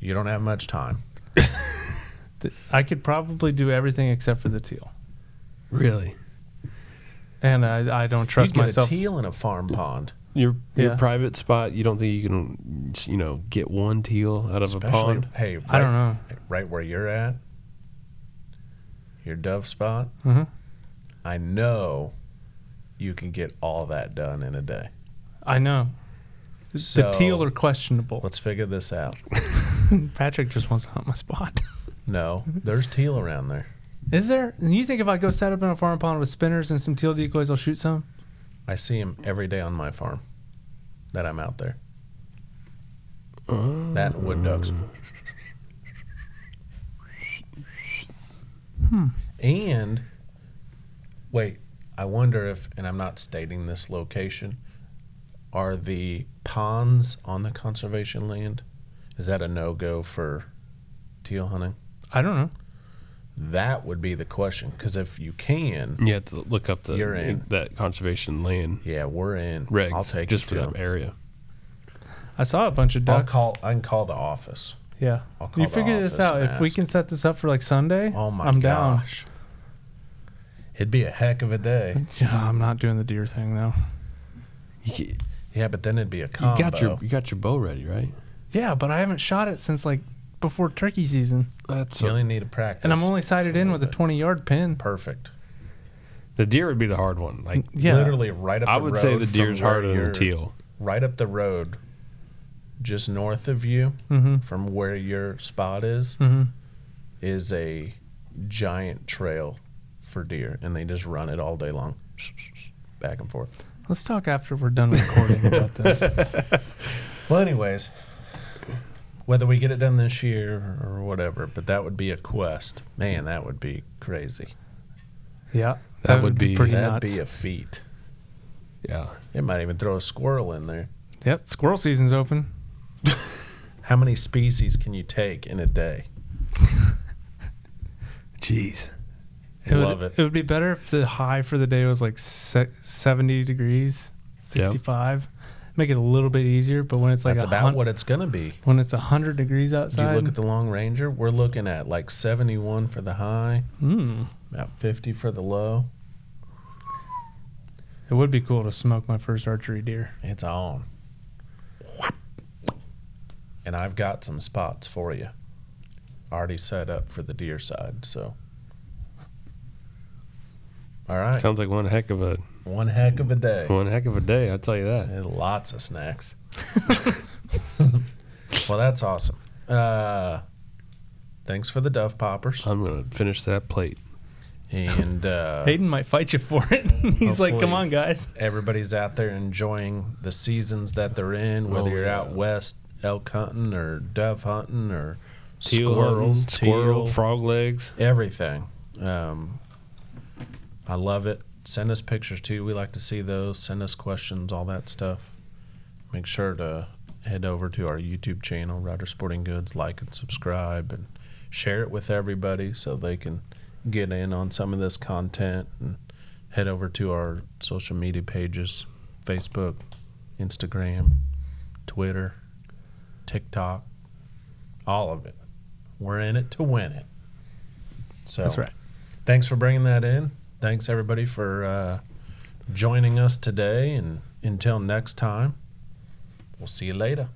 you don't have much time. Th- I could probably do everything except for the teal, Really? and I, I don't You trust get myself. a teal in a farm pond, Your your Yeah. private spot. You don't think you can, you know, get one teal out of a especially pond? hey, right, I don't know. right where you're at, your dove spot. Uh-huh. I know you can get all that done in a day. I know. So- the teal are questionable. Let's figure this out. Patrick just wants to hunt my spot. No, there's teal around there. Is there? And you think if I go set up in a farm pond with spinners and some teal decoys, I'll shoot some? I see him every day on my farm that I'm out there. That and wood ducks. Hmm. And wait, I wonder if, and I'm not stating this location, are the ponds on the conservation land? Is that a no go for teal hunting? I don't know. That would be the question. Because if you can, You have to look up the You're in. that conservation land yeah, we're in. regs I'll take just it for to that 'em. area. I saw a bunch of ducks. I'll call. I can call the office. Yeah. I'll call You the figure this office out. and If we ask. can set this up for like Sunday, Oh my I'm down. gosh. It'd be a heck of a day. Yeah, I'm not doing the deer thing though. You, ca- you Yeah, but then it'd be a combo. got your you got your bow ready, right? Yeah, but I haven't shot it since like before turkey season, That's you only need to practice. and I'm only sighted in with a 20 yard pin. perfect. the deer would be the hard one. Like Yeah. Literally right up. I the would road say the from deer's where harder than you're- the teal. Right up the road, just north of you, Mm-hmm. from where your spot is, Mm-hmm. is a giant trail for deer, and they just run it all day long, back and forth. Let's talk after we're done recording about this. Well, anyways, whether we get it done this year or whatever, but that would be a quest. Man, that would be crazy. Yeah, that, would be- pretty That'd nuts. be a feat. Yeah. It might even throw a squirrel in there. yep, squirrel season's open. How many species can you take in a day? Jeez. It would, Love it. It would be better if the high for the day was like se- 70 degrees, Yeah. 65. Make it a little bit easier, but when it's like That's a about hun- what it's gonna be. when it's 100 degrees Do you outside, look at the Long Ranger? We're looking at like 71 for the high, mm, about 50 for the low. it would be cool to smoke my first archery deer. It's on. And I've got some spots for you already set up for the deer side. So, all right, Sounds like one heck of a one heck of a day. one heck of a day, I'll tell you that. And lots of snacks. well, that's awesome. Uh, thanks for the Dove Poppers. I'm gonna finish that plate. And uh, Hayden might fight you for it. He's like, Hopefully- come on, guys. everybody's out there enjoying the seasons that they're in, whether Oh, you're out yeah. west elk hunting or dove hunting or Teal squirrels, hunting, squirrel, teal, frog legs. everything. Um, I love it. Send us pictures too. We like to see those. Send us questions, all that stuff. Make sure to head over to our YouTube channel, Rider Sporting Goods, like and subscribe, and share it with everybody so they can get in on some of this content. And head over to our social media pages Facebook, Instagram, Twitter, TikTok, all of it. We're in it to win it. So That's right. Thanks for bringing that in. Thanks everybody for uh, joining us today. And until next time, we'll see you later.